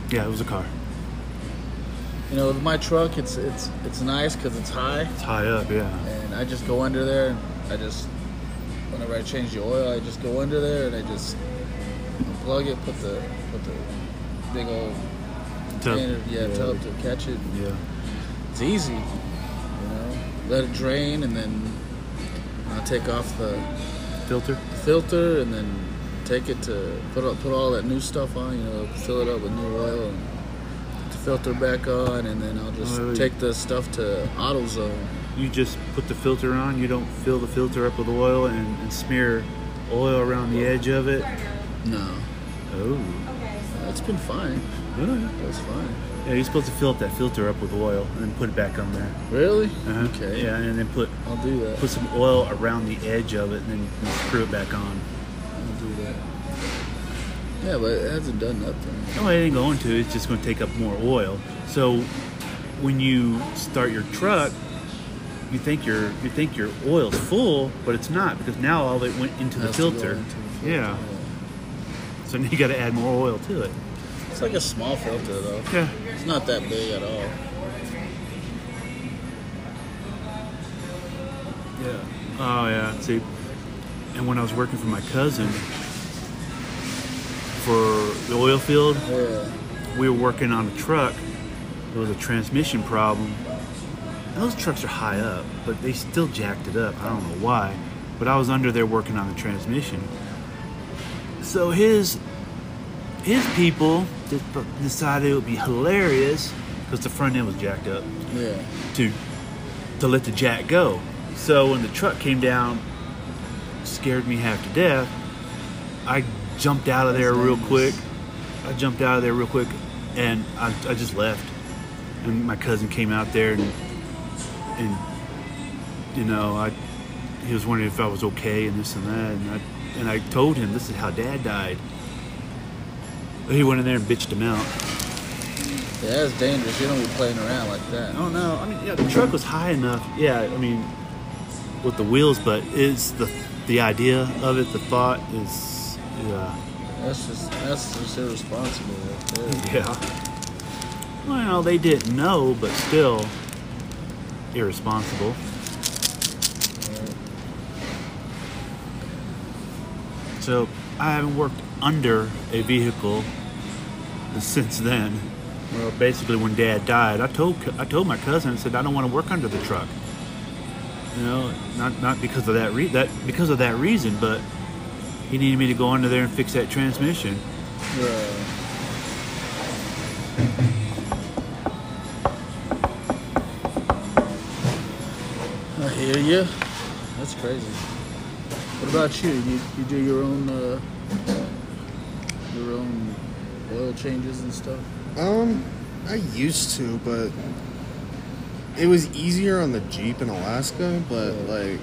Speaker 3: Yeah, it was a car.
Speaker 2: You know, with my truck, it's it's it's nice because it's high,
Speaker 3: It's high up, yeah.
Speaker 2: and I just go under there. And I just whenever I change the oil, I just go under there and I just unplug it, put the put the big old
Speaker 3: Tub.
Speaker 2: container, yeah, tub to catch it.
Speaker 3: Yeah.
Speaker 2: It's easy, you know. Let it drain, and then I'll take off the
Speaker 3: Filter.
Speaker 2: filter, and then take it to put all, put all that new stuff on. You know, fill it up with new oil, and put the filter back on, and then I'll just
Speaker 3: Oh, really?
Speaker 2: take the stuff to AutoZone.
Speaker 3: you just put the filter on you don't fill the filter up with oil and, and smear oil around the edge of it
Speaker 2: No,
Speaker 3: oh
Speaker 2: I That's been fine.
Speaker 3: Yeah,
Speaker 2: That's fine.
Speaker 3: yeah, you're supposed to fill up that filter up with oil and then put it back on there.
Speaker 2: Really?
Speaker 3: Uh-huh.
Speaker 2: Okay.
Speaker 3: Yeah, and then put
Speaker 2: I'll do that.
Speaker 3: put some oil around the edge of it and then and screw it back on.
Speaker 2: I'll do that. Yeah, but it hasn't done nothing.
Speaker 3: No, it ain't going to. It's just going to take up more oil. So when you start your truck, you think your you think your oil's full, but it's not because now all of it went into the
Speaker 2: Has to go
Speaker 3: filter.
Speaker 2: into the filter,
Speaker 3: Yeah. So now you got to add more oil to it.
Speaker 2: It's like a small filter though.
Speaker 3: Yeah.
Speaker 2: It's not that big at all.
Speaker 3: Yeah. Oh yeah. See, and when I was working for my cousin for the oil field,
Speaker 2: Yeah.
Speaker 3: we were working on a truck. There was a transmission problem. Those trucks are high up, but they still jacked it up. I don't know why, but I was under there working on the transmission. So his his people just fu- decided it would be hilarious because the front end was jacked up
Speaker 2: Yeah.
Speaker 3: to to let the jack go. So when the truck came down, scared me half to death. I jumped out of there real quick. I jumped out of there real quick, and I, I just left. And my cousin came out there, and and you know I he was wondering if I was okay and this and that, and I and I told him this is how Dad died. He went in there and bitched him out.
Speaker 2: Yeah, that's dangerous. You don't be playing around like that.
Speaker 3: Oh no! I mean, yeah, the truck was high enough. Yeah, I mean, with the wheels, but it's the the idea of it, the thought is, yeah,
Speaker 2: That's just that's just irresponsible. Right there.
Speaker 3: yeah. Well, they didn't know, but still, irresponsible. So I haven't worked under a vehicle since then. Well, basically, when Dad died, I told I told my cousin I said I don't want to work under the truck. You know, not not because of that re- that because of that reason, but he needed me to go under there and fix that transmission.
Speaker 2: Yeah. I hear you. That's crazy. What about you? You, you do your own uh, your own oil changes and stuff.
Speaker 1: Um, I used to, but it was easier on the Jeep in Alaska, but like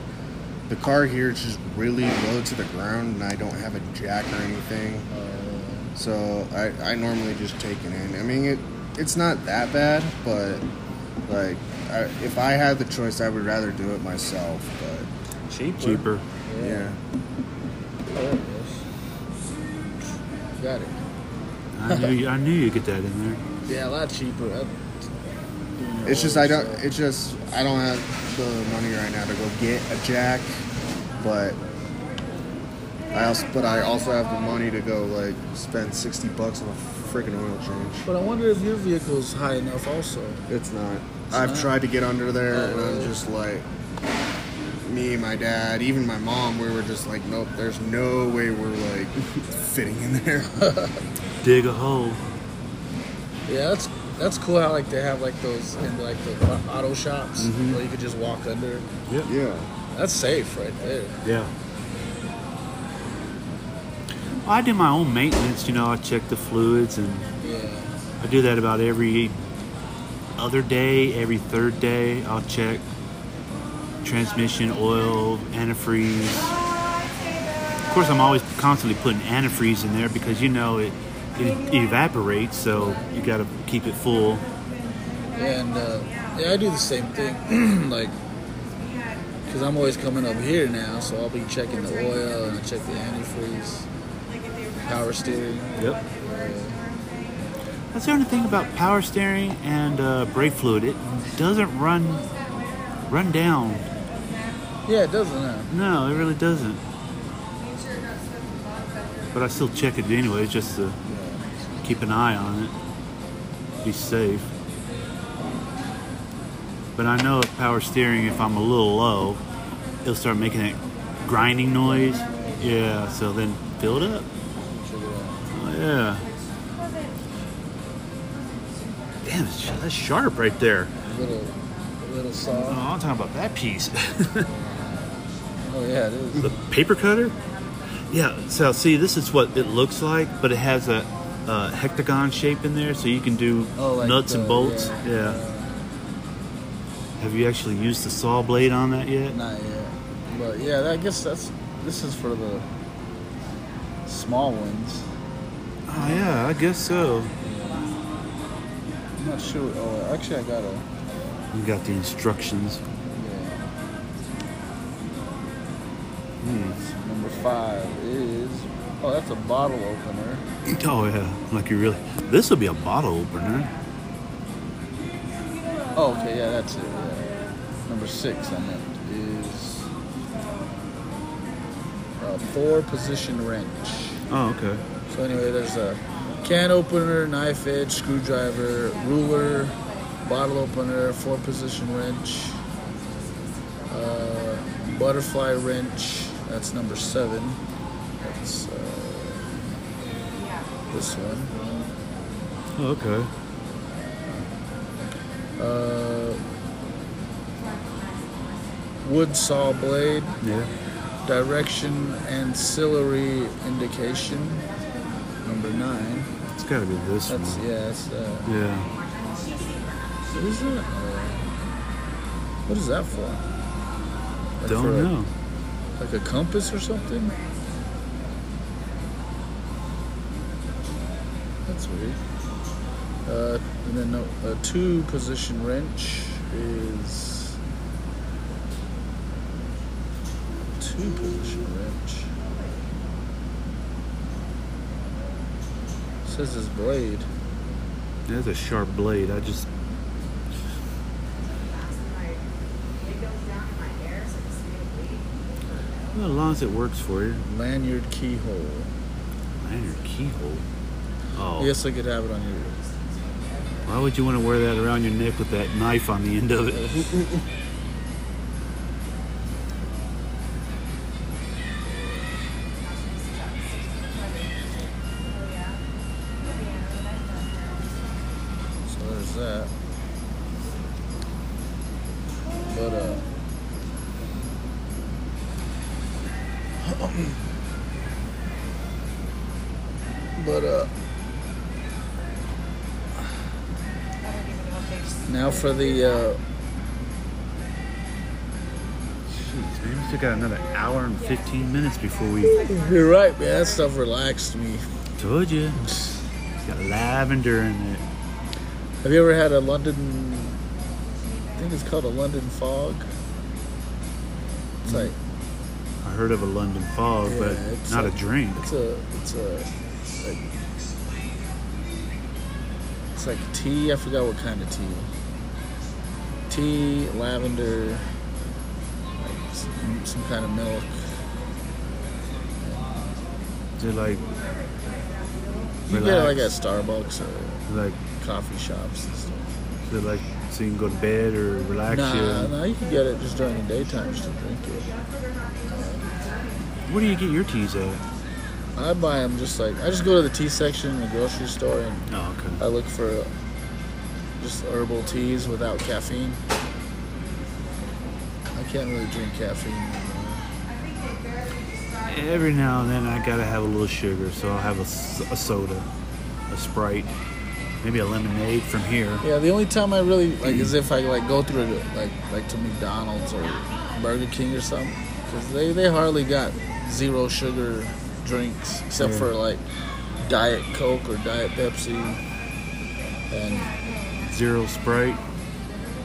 Speaker 1: the car here is just really low to the ground and I don't have a jack or anything.
Speaker 2: Uh,
Speaker 1: So I, I normally just take it in. I mean it it's not that bad, but like I, if I had the choice, I would rather do it myself. But
Speaker 2: cheaper.
Speaker 3: Cheaper.
Speaker 1: yeah,
Speaker 2: There it is. Got it.
Speaker 3: I knew you, I knew you'd get that in there.
Speaker 2: Yeah, a lot cheaper. I,
Speaker 1: it's just I don't. It's just I don't have the money right now to go get a jack, but I also but I also have the money to go like spend sixty bucks on a freaking oil change.
Speaker 2: But I wonder if your vehicle's high enough also.
Speaker 1: It's not. Uh-huh. I've
Speaker 2: not?
Speaker 1: tried to get under there,
Speaker 2: Oh,
Speaker 1: and I'm
Speaker 2: really?
Speaker 1: just like. Me, my dad, even my mom, we were just like, nope, there's no way we're like fitting in there.
Speaker 3: Dig a hole.
Speaker 2: Yeah, that's that's cool how like they have like those in like the auto shops
Speaker 1: Mm-hmm.
Speaker 2: where you could just walk under.
Speaker 1: yeah.
Speaker 2: That's safe right there.
Speaker 3: Yeah. I do my own maintenance, you know, I check the fluids and
Speaker 2: Yeah.
Speaker 3: I do that about every other day, every third day. I'll check transmission, oil, antifreeze. Of course, I'm always constantly putting antifreeze in there because you know it, it evaporates, so you got to keep it full.
Speaker 2: And uh, yeah, I do the same thing. like, because I'm always coming up here now, so I'll be checking the oil and I check the antifreeze, power steering.
Speaker 3: Yep.
Speaker 2: Uh,
Speaker 3: That's the only thing about power steering and uh, brake fluid. It doesn't run run down.
Speaker 2: yeah, it doesn't. Have.
Speaker 3: No, it really doesn't. But I still check it anyway, just to keep an eye on it, be safe. But I know if power steering, if I'm a little low, it'll start making that grinding noise. Yeah, so then fill it up.
Speaker 2: Check it out.
Speaker 3: Oh, yeah. Damn, it's- that's sharp right there.
Speaker 2: Little, little
Speaker 3: Oh,
Speaker 2: saw.
Speaker 3: I'm talking about that piece.
Speaker 2: Oh yeah, it is.
Speaker 3: The paper cutter? Yeah, so see, this is what it looks like, but it has a uh, hectagon shape in there, so you can do
Speaker 2: Oh, like
Speaker 3: nuts
Speaker 2: the-
Speaker 3: and bolts. Yeah. Have you actually used the saw blade on that yet?
Speaker 2: Not yet. But yeah, I guess that's this is for the small ones.
Speaker 3: Oh yeah, I guess so.
Speaker 2: I'm not sure. Oh, actually, I got a.
Speaker 3: You got the instructions.
Speaker 2: Yeah.
Speaker 3: Hmm.
Speaker 2: Number five is. Oh, that's a bottle opener.
Speaker 3: Oh yeah, like you really. This will be a bottle opener.
Speaker 2: Oh, okay, yeah, that's it. Yeah. Number six, I meant, is a four position wrench.
Speaker 3: Oh okay.
Speaker 2: So, anyway, there's a can opener, knife edge, screwdriver, ruler, bottle opener, four position wrench, uh, butterfly wrench. That's number seven. That's uh, this one.
Speaker 3: Oh, okay.
Speaker 2: Uh, wood saw blade.
Speaker 3: Yeah.
Speaker 2: Direction ancillary indication number nine.
Speaker 3: It's got to be this
Speaker 2: That's
Speaker 3: one.
Speaker 2: yeah. That's, uh,
Speaker 3: Yeah.
Speaker 2: what is that? Uh, what is that for? Like
Speaker 3: Don't
Speaker 2: for a-
Speaker 3: know.
Speaker 2: like a compass or something. That's weird. Uh, and then no, a two position wrench is two position wrench. Says his blade.
Speaker 3: That's a sharp blade. I just
Speaker 4: It goes down in my hair, so it's gonna bleed.
Speaker 3: well, as long as it works for you.
Speaker 2: Lanyard keyhole.
Speaker 3: Man, your keyhole. Oh.
Speaker 2: I guess I could have it on your.
Speaker 3: Why would you want to wear that around your neck with that knife on the end of it?
Speaker 2: So there's that. But uh But uh now for the uh
Speaker 3: Jeez, man, we still got another hour and 15 minutes before we.
Speaker 2: You're right, man, that stuff relaxed me.
Speaker 3: Told you. It's got lavender in it.
Speaker 2: Have you ever had a London I think it's called a London fog? It's like
Speaker 3: I heard of a London fog,
Speaker 2: Yeah,
Speaker 3: but
Speaker 2: it's
Speaker 3: not a
Speaker 2: a-
Speaker 3: drink.
Speaker 2: It's a it's a like it's like tea. I forgot what kind of tea. Tea, lavender, like some, some kind of milk.
Speaker 3: Is it like.
Speaker 2: You get it like at
Speaker 3: relaxed?
Speaker 2: Starbucks or
Speaker 3: Like,
Speaker 2: coffee shops and stuff.
Speaker 3: is it like so you can go to bed or relax
Speaker 2: Nah,
Speaker 3: you?
Speaker 2: nah, you can get it just during the daytime just to drink it.
Speaker 3: Where do you get your teas at?
Speaker 2: I buy them just like I just go to the tea section in the grocery store and
Speaker 3: Oh, okay.
Speaker 2: I look for just herbal teas without caffeine. I can't really drink caffeine. anymore.
Speaker 3: Every now and then I gotta have a little sugar, so I'll have a, s- a soda, a Sprite, maybe a lemonade from here.
Speaker 2: Yeah, the only time I really like is if I like go through to, like like to McDonald's or Burger King or something, because they they hardly got zero sugar drinks except
Speaker 3: Yeah.
Speaker 2: for like Diet Coke or Diet Pepsi. And
Speaker 3: Zero Sprite.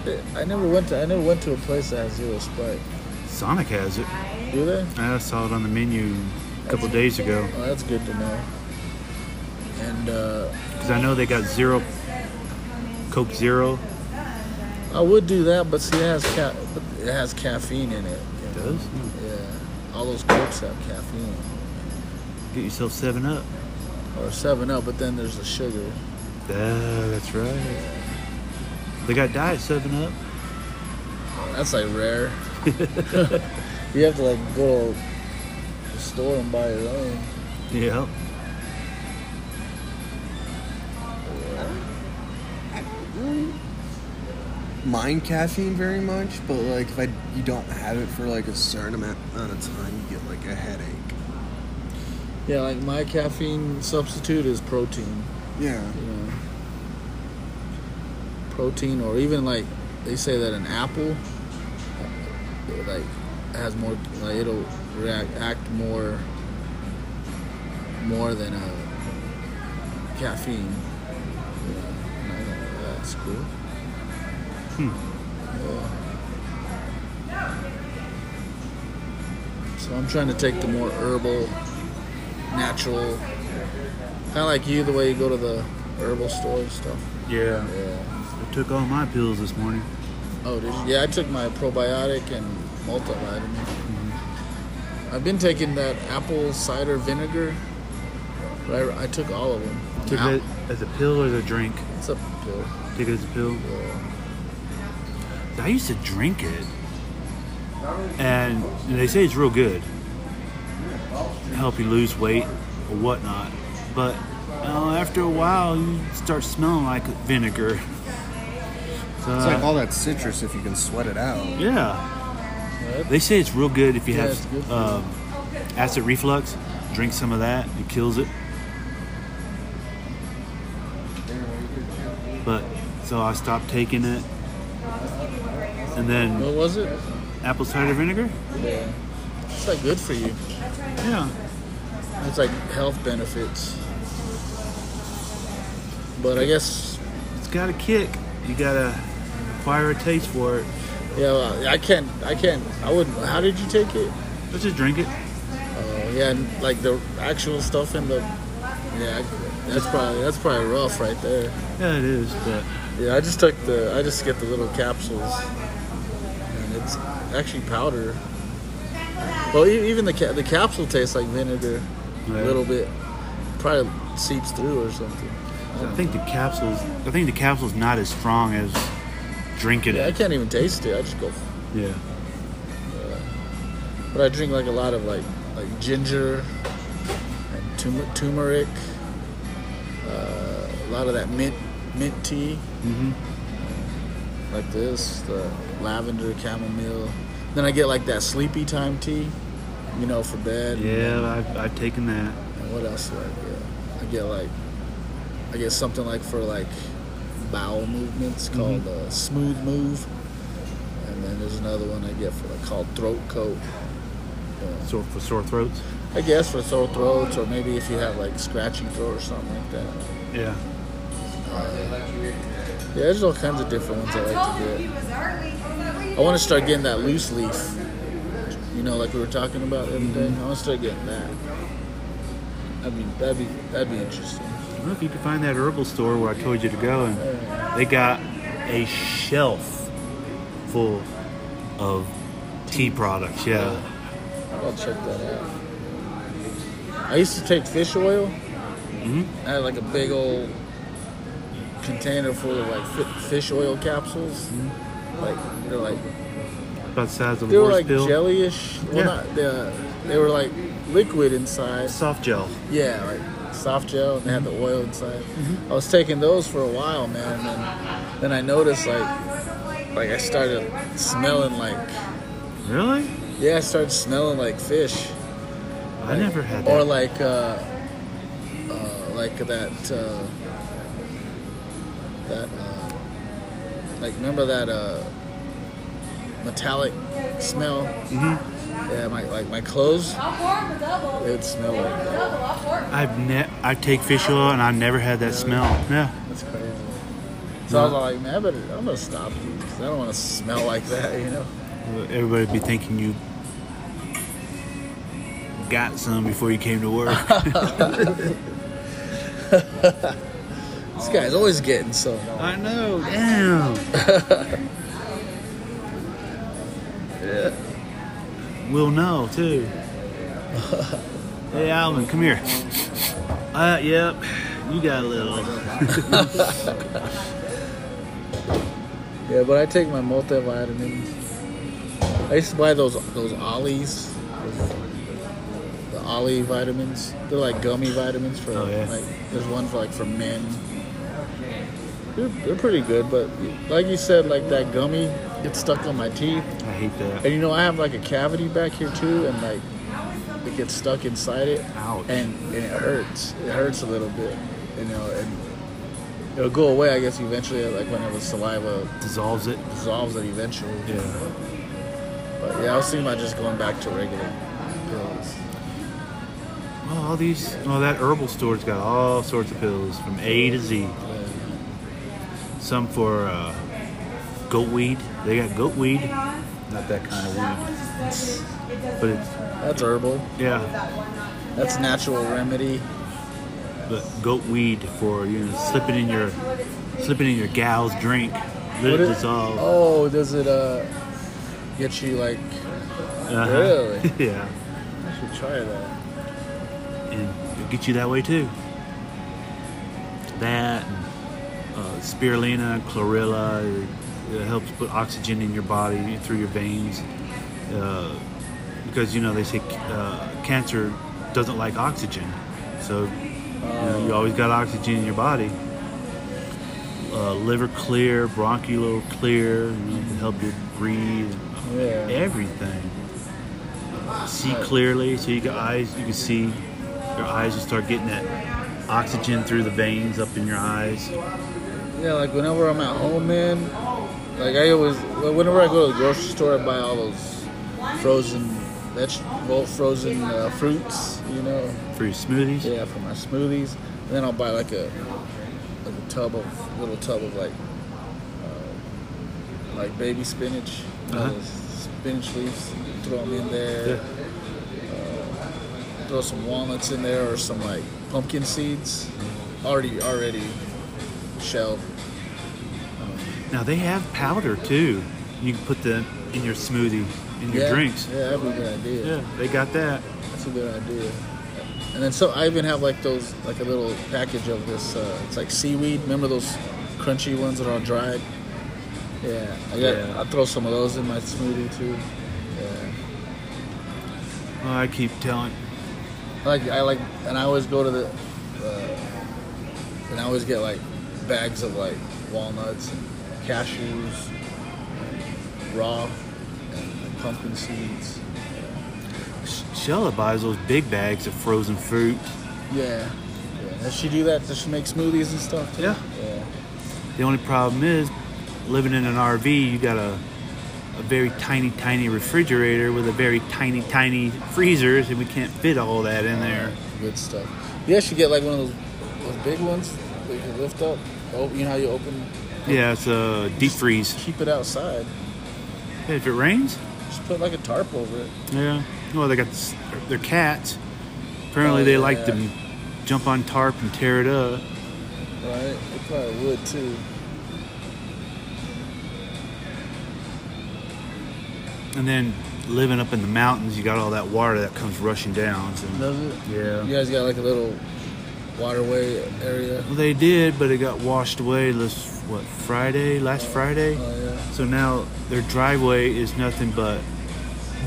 Speaker 2: it, I never went to I never went to a place that has zero Sprite.
Speaker 3: Sonic has it.
Speaker 2: Do they?
Speaker 3: I saw it on the menu a couple days ago
Speaker 2: Oh, that's good to know. And uh,
Speaker 3: because I know they got zero Coke Zero.
Speaker 2: I would do that, but see, it has ca- but it has caffeine in it.
Speaker 3: It does.
Speaker 2: Yeah, all those cokes have caffeine
Speaker 3: Get yourself Seven Up.
Speaker 2: or Seven Up, but then there's the sugar.
Speaker 3: Ah, that's right. They got Diet Seven Up.
Speaker 2: That's like rare. you have to like go to the store and buy your own.
Speaker 3: Yeah.
Speaker 1: mind caffeine very much, but like if I, you don't have it for like a certain amount amount of time, you get like a headache.
Speaker 2: Yeah, like my caffeine substitute is protein.
Speaker 1: Yeah.
Speaker 2: You know, protein, or even like they say that an apple, it, like has more, like it'll react act more, more than a caffeine. You know, and I don't know, that's cool. Hmm. Yeah. So I'm trying to take the more herbal, natural Kind of like you, the way you go to the herbal store and stuff.
Speaker 3: Yeah.
Speaker 2: Yeah.
Speaker 3: I took all my pills this morning.
Speaker 2: Oh, did you? Yeah, I took my probiotic and multivitamin. I've been taking that apple cider vinegar, but I, I took Mm-hmm. all of them.
Speaker 3: Took
Speaker 2: Al-
Speaker 3: that as a pill or as a drink?
Speaker 2: It's a pill.
Speaker 3: Take it as a pill.
Speaker 2: Yeah.
Speaker 3: I used to drink it, and they say it's real good. Help you lose weight or whatnot, but you know, after a while, you start smelling like vinegar. So,
Speaker 1: It's like all that citrus if you can sweat it out.
Speaker 3: yeah,
Speaker 2: Yep.
Speaker 3: they say it's real good if you
Speaker 2: Yeah, it's good
Speaker 3: have
Speaker 2: for
Speaker 3: um, acid reflux. Drink some of that; it kills it. But so I stopped taking it, and then
Speaker 2: What was it?
Speaker 3: apple cider vinegar.
Speaker 2: Yeah. It's like good for you.
Speaker 3: Yeah.
Speaker 2: It's like health benefits. But I guess,
Speaker 3: It's got a kick. You gotta acquire a taste for it.
Speaker 2: yeah, well, I can't, I can't, I wouldn't. How did you take it?
Speaker 3: Let's just drink it.
Speaker 2: Oh yeah, and like the actual stuff in the yeah, I- that's probably that's probably rough right there.
Speaker 3: Yeah, it is. But
Speaker 2: Yeah, I just took the I just get the little capsules, and it's actually powder. Well, e- even the ca- the capsule tastes like vinegar,
Speaker 3: Yeah.
Speaker 2: a little bit, probably seeps through or something.
Speaker 3: I think the capsules. I think the capsule's not as strong as drinking
Speaker 2: Yeah, I
Speaker 3: it.
Speaker 2: can't even taste it. I just go,
Speaker 3: Yeah.
Speaker 2: but I drink like a lot of like like ginger and tum- turmeric, uh, a lot of that mint mint tea.
Speaker 3: Mm-hmm.
Speaker 2: like this, the lavender chamomile. Then I get like that sleepy time tea, you know, for bed.
Speaker 3: Yeah, I've, I've taken that.
Speaker 2: And what else do I get? I get like, I get something like for like bowel movements called uh, Smooth Move. And then there's another one I get for like called Throat Coat.
Speaker 3: So for sore throats.
Speaker 2: I guess for sore throats or maybe if you have like scratchy throat or something like that.
Speaker 3: Yeah.
Speaker 2: Yeah, there's all kinds of different ones I like to get. I want to start getting that loose leaf. You know, like we were talking about the other day. I want to start getting that. I mean, that'd be that'd be interesting.
Speaker 3: I don't know if you can find that herbal store where I told you to go, and they got a shelf full of tea products. Yeah.
Speaker 2: I'll check that out. I used to take fish oil.
Speaker 3: Mm-hmm.
Speaker 2: I had like a big old container full of like fi- fish oil capsules. Like they're like
Speaker 3: About the size of
Speaker 2: they
Speaker 3: a
Speaker 2: were
Speaker 3: horse
Speaker 2: like
Speaker 3: Mm-hmm. pill.
Speaker 2: jellyish. Well,
Speaker 3: Yeah.
Speaker 2: not they, uh, they were like liquid inside.
Speaker 3: Soft gel.
Speaker 2: Yeah, like soft gel, and they had the oil inside. I was taking those for a while, man, and then, then I noticed like, like I started smelling like,
Speaker 3: Really?
Speaker 2: yeah, I started smelling like fish,
Speaker 3: I never had that.
Speaker 2: or like, uh, uh, like that, uh, that, uh, like remember that uh, metallic smell?
Speaker 3: mm-hmm.
Speaker 2: Yeah, my like my clothes, it would smell like that.
Speaker 3: I've ne- I take fish oil and I've never had that smell. Yeah.
Speaker 2: That's crazy. So I was like, man, I better, I'm gonna stop these 'cause I don't want to smell like that, you know.
Speaker 3: Everybody be thinking you got some before you came to work.
Speaker 2: This guy's always getting some.
Speaker 3: I know. Damn. yeah. We'll know too. hey, Alvin, come here. Uh, yep. You got a little.
Speaker 2: Yeah, but I take my multivitamins. I used to buy those those Ollies, the Ollie vitamins. They're like gummy vitamins for
Speaker 3: Oh, yeah.
Speaker 2: like. There's one for like for men. They're, they're pretty good, but like you said, like that gummy gets stuck on my teeth.
Speaker 3: I hate that.
Speaker 2: And you know, I have like a cavity back here too, and like it gets stuck inside it,
Speaker 3: Ouch.
Speaker 2: and and it hurts. It hurts a little bit, you know, and it'll go away. I guess eventually, like when it was saliva
Speaker 3: Dissolves it.
Speaker 2: dissolves it eventually.
Speaker 3: Yeah.
Speaker 2: But yeah, I was thinking about just going back to regular pills.
Speaker 3: Well, Oh, all these, well, that herbal store's got all sorts of pills from A to Z.
Speaker 2: Yeah.
Speaker 3: Some for uh, goat weed. They got goat weed. Not that kind of weed. But it's,
Speaker 2: That's herbal.
Speaker 3: yeah,
Speaker 2: That's natural remedy.
Speaker 3: but goat weed for, you know, slipping in your, slipping in your gal's drink. Let
Speaker 2: What
Speaker 3: it
Speaker 2: it-
Speaker 3: dissolve.
Speaker 2: Oh, does it uh get you like?
Speaker 3: Uh-huh.
Speaker 2: Oh, really?
Speaker 3: yeah.
Speaker 2: I should try that.
Speaker 3: And it'll get you that way too. That and uh, spirulina, chlorella, it helps put oxygen in your body through your veins. Uh, because you know they say uh, cancer doesn't like oxygen, so you, know, you always got oxygen in your body. Uh, liver clear, bronchial clear, you know, to help you breathe.
Speaker 2: Yeah.
Speaker 3: Everything. See clearly, so you got eyes. You can see your eyes will start getting that oxygen through the veins up in your eyes.
Speaker 2: Yeah, like whenever I'm at home, man. Like I always, well, whenever I go to the grocery store, I buy all those frozen vegetable, frozen uh, fruits. You know,
Speaker 3: For your smoothies,
Speaker 2: yeah, for my smoothies. And then I'll buy like a like a tub of little tub of like uh, like baby spinach, you know,
Speaker 3: Uh-huh.
Speaker 2: those spinach leaves. Throw them in there. Uh, throw some walnuts in there or some like pumpkin seeds, already already shelled.
Speaker 3: Now they have powder too. You can put them in your smoothie, in your
Speaker 2: yeah,
Speaker 3: drinks.
Speaker 2: Yeah, that's a good idea.
Speaker 3: Yeah, they got that.
Speaker 2: That's a good idea. And then so I even have like those like a little package of this. Uh, it's like seaweed. Remember those crunchy ones that are all dried? Yeah, I got.
Speaker 3: Yeah.
Speaker 2: I throw some of those in my smoothie too. Yeah,
Speaker 3: Oh, I keep telling.
Speaker 2: I like I like, and I always go to the, uh, and I always get like bags of like walnuts and cashews, and raw, and like, pumpkin seeds.
Speaker 3: Shella buys those big bags of frozen fruit.
Speaker 2: Yeah. yeah. Does she do that? Does she make smoothies and stuff too?
Speaker 3: Yeah.
Speaker 2: Yeah.
Speaker 3: The only problem is, living in an RV, you got a, a very tiny, tiny refrigerator with a very tiny, tiny freezers, and we can't fit all that in there.
Speaker 2: Good stuff. Yeah, she get like one of those, those big ones that you can lift up. Oh, you know how you open,
Speaker 3: Yeah, it's a deep freeze.
Speaker 2: keep it outside.
Speaker 3: If it rains,
Speaker 2: Just put like a tarp over it.
Speaker 3: Yeah. Well, they got s- their cats. Apparently,
Speaker 2: Oh,
Speaker 3: they
Speaker 2: yeah.
Speaker 3: like to jump on tarp and tear it up.
Speaker 2: Right? It probably would too.
Speaker 3: And then living up in the mountains, you got all that water that comes rushing down. so-
Speaker 2: Does it?
Speaker 3: yeah.
Speaker 2: You guys got like a little waterway area.
Speaker 3: Well, they did, but it got washed away. This what Friday? Last Friday.
Speaker 2: Oh yeah.
Speaker 3: So now their driveway is nothing but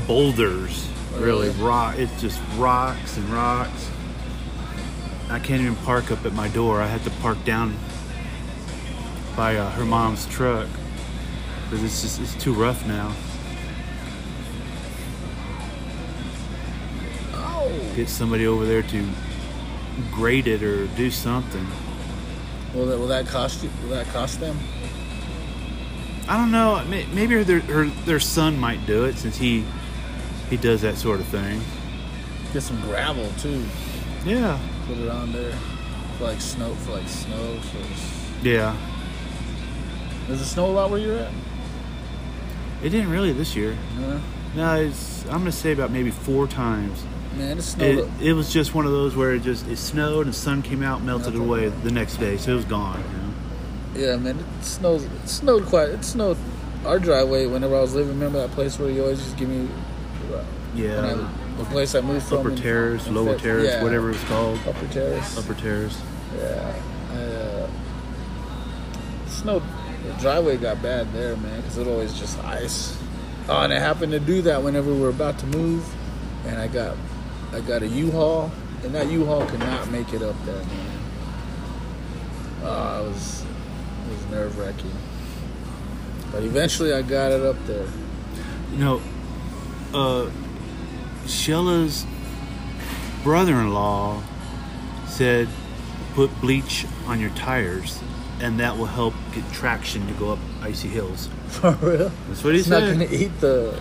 Speaker 3: boulders, really
Speaker 2: Really?
Speaker 3: rock. It's just rocks and rocks. I can't even park up at my door. I had to park down by uh, her mom's truck because it's just it's too rough now.
Speaker 2: Oh.
Speaker 3: Get somebody over there to grade it or do something.
Speaker 2: Will that will that cost you? Will that cost them?
Speaker 3: I don't know. may- Maybe their her, their son might do it since he he does that sort of thing.
Speaker 2: Get some gravel too.
Speaker 3: Yeah.
Speaker 2: Put it on there. For like snow. For like snow. So it's-
Speaker 3: Yeah.
Speaker 2: Does it snow a lot where you're at?
Speaker 3: It didn't really this year.
Speaker 2: No.
Speaker 3: No, it's, I'm gonna say about maybe four times.
Speaker 2: Man, it snowed.
Speaker 3: It, it was just one of those where it just it snowed and the sun came out, melted
Speaker 2: Melted.
Speaker 3: away the next day, so it was gone. You
Speaker 2: Yeah, man, it snows. It snowed quite. It snowed our driveway whenever I was living. Remember that place where you always just give me
Speaker 3: know?
Speaker 2: when
Speaker 3: Yeah,
Speaker 2: I, the place I moved from.
Speaker 3: upper
Speaker 2: in-
Speaker 3: terrace,
Speaker 2: in
Speaker 3: lower
Speaker 2: Fif-
Speaker 3: terrace,
Speaker 2: yeah,
Speaker 3: whatever it's called,
Speaker 2: Upper terrace.
Speaker 3: upper terrace.
Speaker 2: Yeah. I, uh, snowed. The driveway got bad there, man, because it always just ice. Oh, and it happened to do that whenever we were about to move, and I got, I got a U-Haul, and that U-Haul could not make it up there, man. Oh, it was, it was nerve-wracking. But eventually, I got it up there.
Speaker 3: You know, uh, Shella's brother-in-law said, "Put bleach on your tires, and that will help get traction to go up icy hills."
Speaker 2: For real?
Speaker 3: That's what he
Speaker 2: It's not
Speaker 3: said.
Speaker 2: gonna eat the.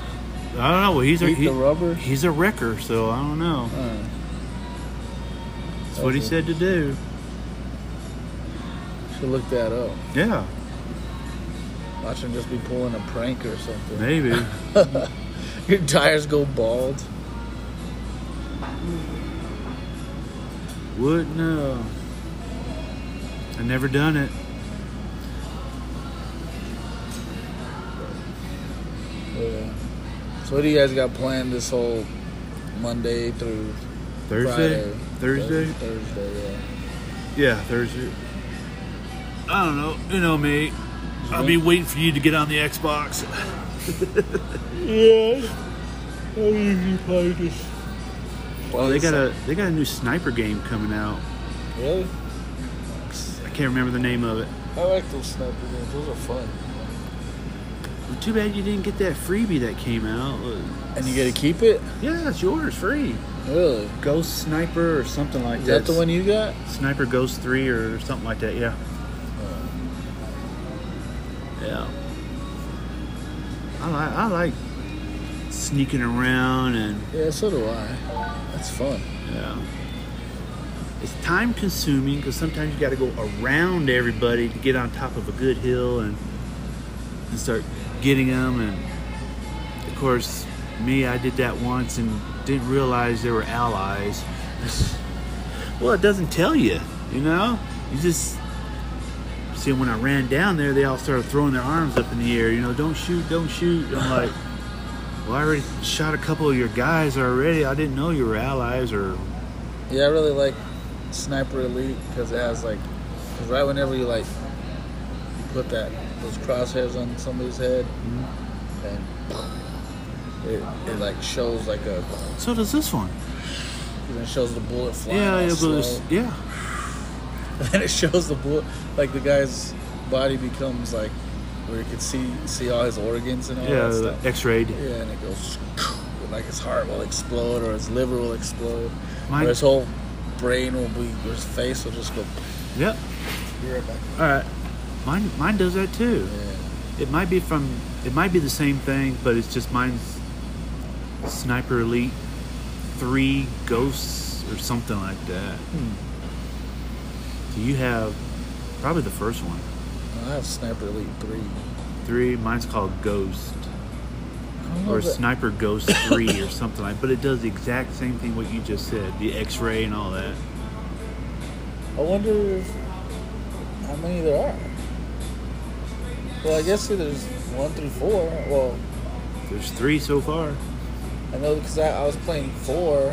Speaker 3: I don't know. Well, he's a
Speaker 2: Eat
Speaker 3: he-
Speaker 2: the rubber?
Speaker 3: He's a wrecker, so I don't know.
Speaker 2: Uh,
Speaker 3: That's what he
Speaker 2: okay.
Speaker 3: said to do.
Speaker 2: should look that up.
Speaker 3: Yeah,
Speaker 2: Watch him just be pulling a prank or something.
Speaker 3: maybe.
Speaker 2: Your tires go bald.
Speaker 3: Would no. I never done it.
Speaker 2: Yeah. So what do you guys got planned this whole Monday through
Speaker 3: Thursday?
Speaker 2: Friday?
Speaker 3: Thursday?
Speaker 2: Thursday, yeah.
Speaker 3: Yeah, Thursday. I don't know. You know me. I'll be waiting for you to get on the Xbox. Oh, they got a they got a new sniper game coming out.
Speaker 2: Really?
Speaker 3: I can't remember the name of it.
Speaker 2: I like those sniper games. Those are fun.
Speaker 3: Too bad you didn't get that freebie that came out.
Speaker 2: And you get to keep it?
Speaker 3: Yeah, it's yours, free.
Speaker 2: Really? Is
Speaker 3: Ghost Sniper or something like
Speaker 2: that the one you got?
Speaker 3: Sniper Ghost 3 or something like that, yeah.
Speaker 2: Uh,
Speaker 3: Yeah. I like, I like sneaking around and,
Speaker 2: Yeah, so do I. That's fun.
Speaker 3: yeah. It's time consuming because sometimes you got to go around everybody to get on top of a good hill and, and start getting them. And of course, me, I did that once and didn't realize they were allies. well, it doesn't tell you, you know? You just see when I ran down there, they all started throwing their arms up in the air, you know, don't shoot, don't shoot. I'm like, well, I already shot a couple of your guys already. I didn't know you were allies or
Speaker 2: Yeah, I really like Sniper Elite because it has like, cause right whenever you like, you put that those crosshairs on somebody's head,
Speaker 3: Mm-hmm.
Speaker 2: and it, it like shows like a,
Speaker 3: So does this one.
Speaker 2: and it shows the bullet flying.
Speaker 3: Yeah,
Speaker 2: all
Speaker 3: it was.
Speaker 2: slow.
Speaker 3: Yeah,
Speaker 2: and it shows the bullet, like the guy's body becomes like where you could see see all his organs and all
Speaker 3: yeah.
Speaker 2: that
Speaker 3: the
Speaker 2: stuff.
Speaker 3: X-rayed.
Speaker 2: Yeah, and it goes like his heart will explode or his liver will explode
Speaker 3: Mine-
Speaker 2: or his whole brain will be or his face will just go.
Speaker 3: Yep.
Speaker 2: Be right back.
Speaker 3: All right. Mine, mine does that too.
Speaker 2: Yeah.
Speaker 3: It might be from. It might be the same thing, but it's just mine's Sniper Elite Three Ghosts or something like that. So you have probably the first one.
Speaker 2: I have Sniper Elite three.
Speaker 3: Three. Mine's called Ghost
Speaker 2: I don't know
Speaker 3: or
Speaker 2: if that-
Speaker 3: Sniper Ghost Three or something like. But it does the exact same thing what you just said. The X-ray and all that.
Speaker 2: I wonder if, how many there are. Well, I guess see, there's one through four. Well,
Speaker 3: There's three so far.
Speaker 2: I know because I, I was playing four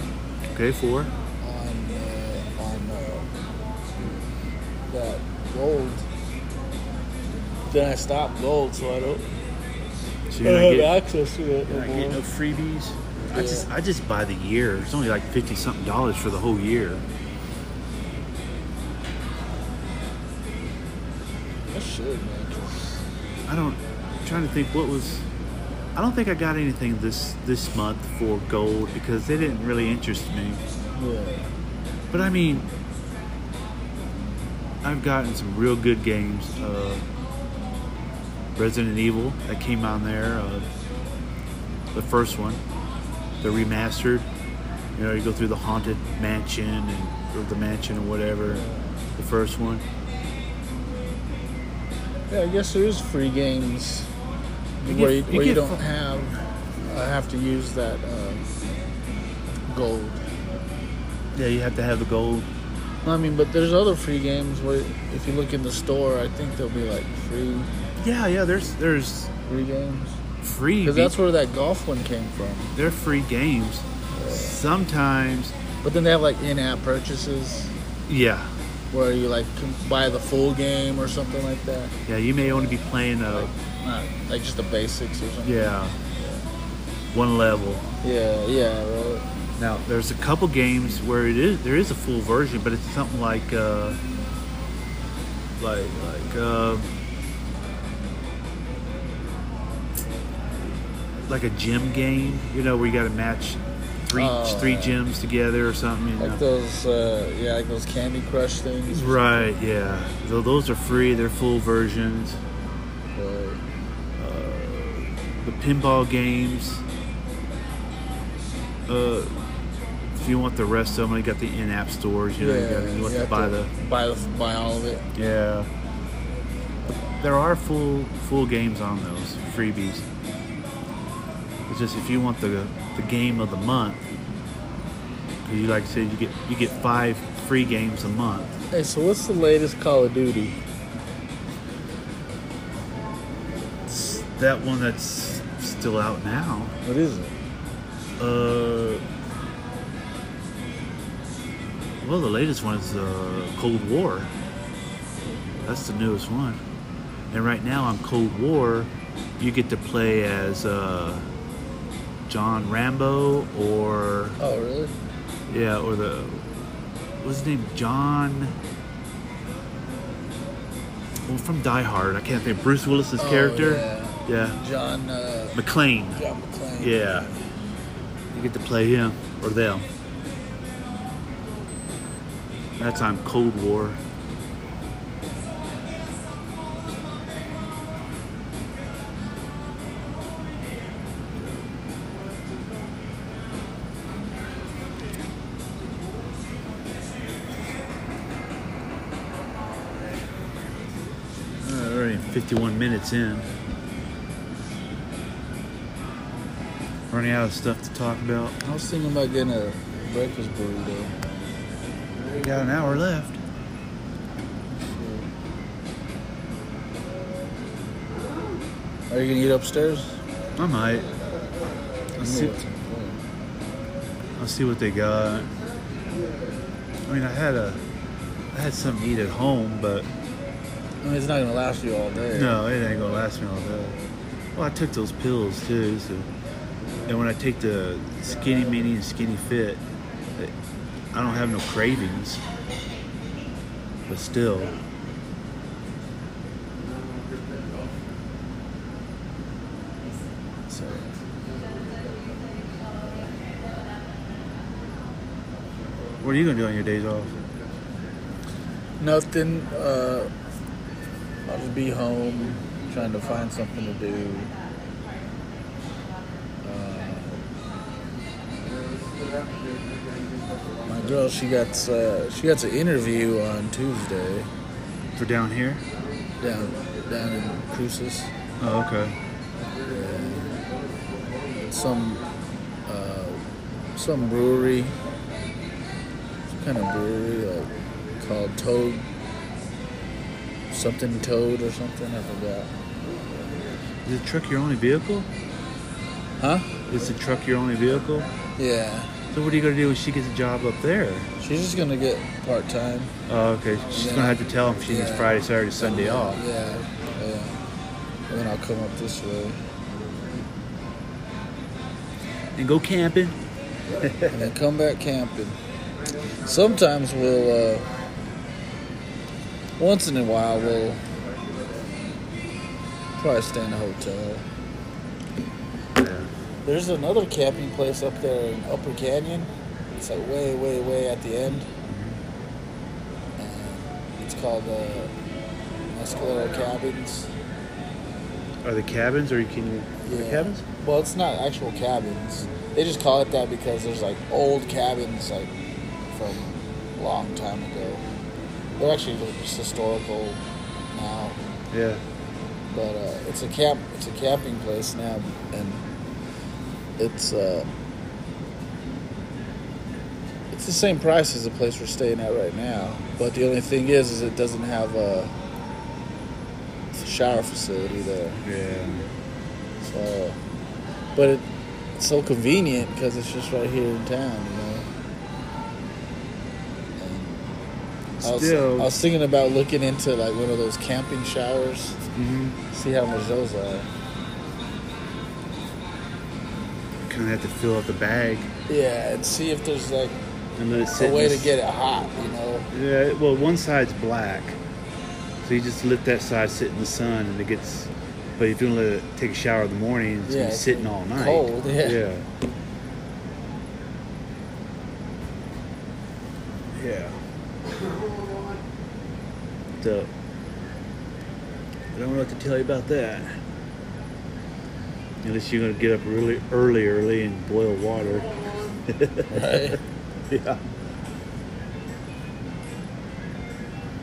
Speaker 3: Okay, four.
Speaker 2: on uh, on uh, that gold. Then I stopped gold, so I don't,
Speaker 3: So
Speaker 2: I
Speaker 3: you're
Speaker 2: don't
Speaker 3: not
Speaker 2: have
Speaker 3: getting,
Speaker 2: access to it
Speaker 3: you're not getting
Speaker 2: anymore.
Speaker 3: no freebies. I
Speaker 2: Yeah.
Speaker 3: just I just buy the year. It's only like fifty something dollars for the whole year.
Speaker 2: I should, man.
Speaker 3: I don't. I'm trying to think what was. I don't think I got anything this this month for gold because they didn't really interest me.
Speaker 2: Yeah.
Speaker 3: But I mean, I've gotten some real good games. Uh, Resident Evil that came on there, uh, the first one, the remastered. You know, you go through the haunted mansion and or the mansion or whatever. The first one.
Speaker 2: Yeah, I guess there is free games
Speaker 3: You get-
Speaker 2: where, you,
Speaker 3: you
Speaker 2: where you
Speaker 3: get
Speaker 2: don't
Speaker 3: fu-
Speaker 2: have. I have to use that uh, gold.
Speaker 3: Yeah, you have to have the gold.
Speaker 2: I mean, but there's other free games where if you look in the store, I think there'll be like free
Speaker 3: Yeah, yeah. There's there's
Speaker 2: free games
Speaker 3: free.
Speaker 2: because that's where that golf one came from.
Speaker 3: they're free games. Sometimes,
Speaker 2: But then they have like in-app purchases
Speaker 3: yeah,
Speaker 2: where you like can buy the full game or something like that,
Speaker 3: yeah. You may only be playing a
Speaker 2: Not, like just the basics or something.
Speaker 3: yeah one level.
Speaker 2: yeah, yeah. Right.
Speaker 3: Now, there's a couple games where it is there is a full version, but it's something like uh, like like uh, like a gym game, you know, where you got to match three
Speaker 2: Oh,
Speaker 3: three
Speaker 2: yeah.
Speaker 3: gyms together or something. You know?
Speaker 2: Like those, uh, yeah, like those Candy Crush things.
Speaker 3: right? Yeah. Though those are free. They're full versions.
Speaker 2: Right.
Speaker 3: uh, The pinball games. Uh, if you want the rest of them, you got the in-app stores. You know, you, gotta, you have to buy the.
Speaker 2: buy the buy all of it.
Speaker 3: Yeah. There are full full games on those freebies. It's just if you want the the game of the month, 'cause you like I said you get you get five free games a month.
Speaker 2: Hey, so what's the latest Call of Duty?
Speaker 3: It's that one that's still out now.
Speaker 2: What is it?
Speaker 3: Uh. Well, the latest one is uh, Cold War. That's the newest one. And right now on Cold War, you get to play as uh, John Rambo or
Speaker 2: Oh, really?
Speaker 3: yeah, or the what's his name? John. Well, from Die Hard, I can't think. Bruce Willis's
Speaker 2: Oh,
Speaker 3: character. Yeah.
Speaker 2: John. Uh,
Speaker 3: McClane.
Speaker 2: John McClane.
Speaker 3: Yeah. You get to play him or them. That's on Cold War. Alright, 51 minutes in. Running out of stuff to talk about.
Speaker 2: I was thinking about getting a breakfast burrito.
Speaker 3: We got an hour left.
Speaker 2: Are you gonna eat upstairs?
Speaker 3: I might. I'll see, I'll see what they got. I mean, I had a, I had something to eat at home, but
Speaker 2: I mean, it's not gonna last you all day.
Speaker 3: no, it ain't gonna last me all day. Well, I took those pills too, so. And when I take the skinny mini and skinny fit, it- I don't have no cravings. But still.
Speaker 2: So,
Speaker 3: What are you gonna do on your days off?
Speaker 2: nothing. Uh, I'll just be home, trying to find something to do. Uh, My girl, she got uh, she got an interview on Tuesday
Speaker 3: For down here?
Speaker 2: down down in Cruces.
Speaker 3: Oh, okay.
Speaker 2: some uh, some brewery, some kind of brewery like called Toad, something Toad or something. I forgot.
Speaker 3: Is the truck your only vehicle?
Speaker 2: Huh?
Speaker 3: Is the truck your only vehicle?
Speaker 2: Yeah,
Speaker 3: So what are you gonna do when she gets a job up there?
Speaker 2: she's just gonna get part time.
Speaker 3: Oh, okay. She's gonna have to tell him she needs
Speaker 2: Yeah.
Speaker 3: Friday, Saturday, Sunday off.
Speaker 2: Yeah, yeah. And then I'll come up this way,
Speaker 3: And go camping.
Speaker 2: and then come back camping. Sometimes we'll. Uh, once in a while, we'll probably stay in a hotel.
Speaker 3: Yeah.
Speaker 2: There's another camping place up there in Upper Canyon. It's like way, way, way at the end. And It's called uh, Escalero Cabins.
Speaker 3: Are the cabins? Or you can the
Speaker 2: Yeah.
Speaker 3: cabins?
Speaker 2: Well, it's not actual cabins. They just call it that because there's like old cabins like from a long time ago. They're actually just historical now.
Speaker 3: Yeah.
Speaker 2: but uh, it's a camp it's a camping place now and it's uh it's the same price as the place we're staying at right now but the only thing is is it doesn't have a shower facility there
Speaker 3: Yeah.
Speaker 2: so but it, it's so convenient because it's just right here in town you know And I was,
Speaker 3: Still-
Speaker 2: I was thinking about looking into like one of those camping showers
Speaker 3: Mm-hmm.
Speaker 2: see how much those are
Speaker 3: Kind of have to fill out the bag
Speaker 2: Yeah, and see if there's like
Speaker 3: and let it sit.
Speaker 2: a
Speaker 3: in
Speaker 2: way to
Speaker 3: this-
Speaker 2: get it hot, you know.
Speaker 3: Yeah. Well, one side's black, so you just let that side sit in the sun, and it gets. But if you don't let it take a shower in the morning, it's
Speaker 2: Yeah,
Speaker 3: gonna be
Speaker 2: it's
Speaker 3: sitting all night.
Speaker 2: cold, yeah.
Speaker 3: Yeah.
Speaker 2: fucked up. I don't know what to tell you about that.
Speaker 3: Unless you're gonna get up really early, early and boil water.
Speaker 2: Right.
Speaker 3: Yeah.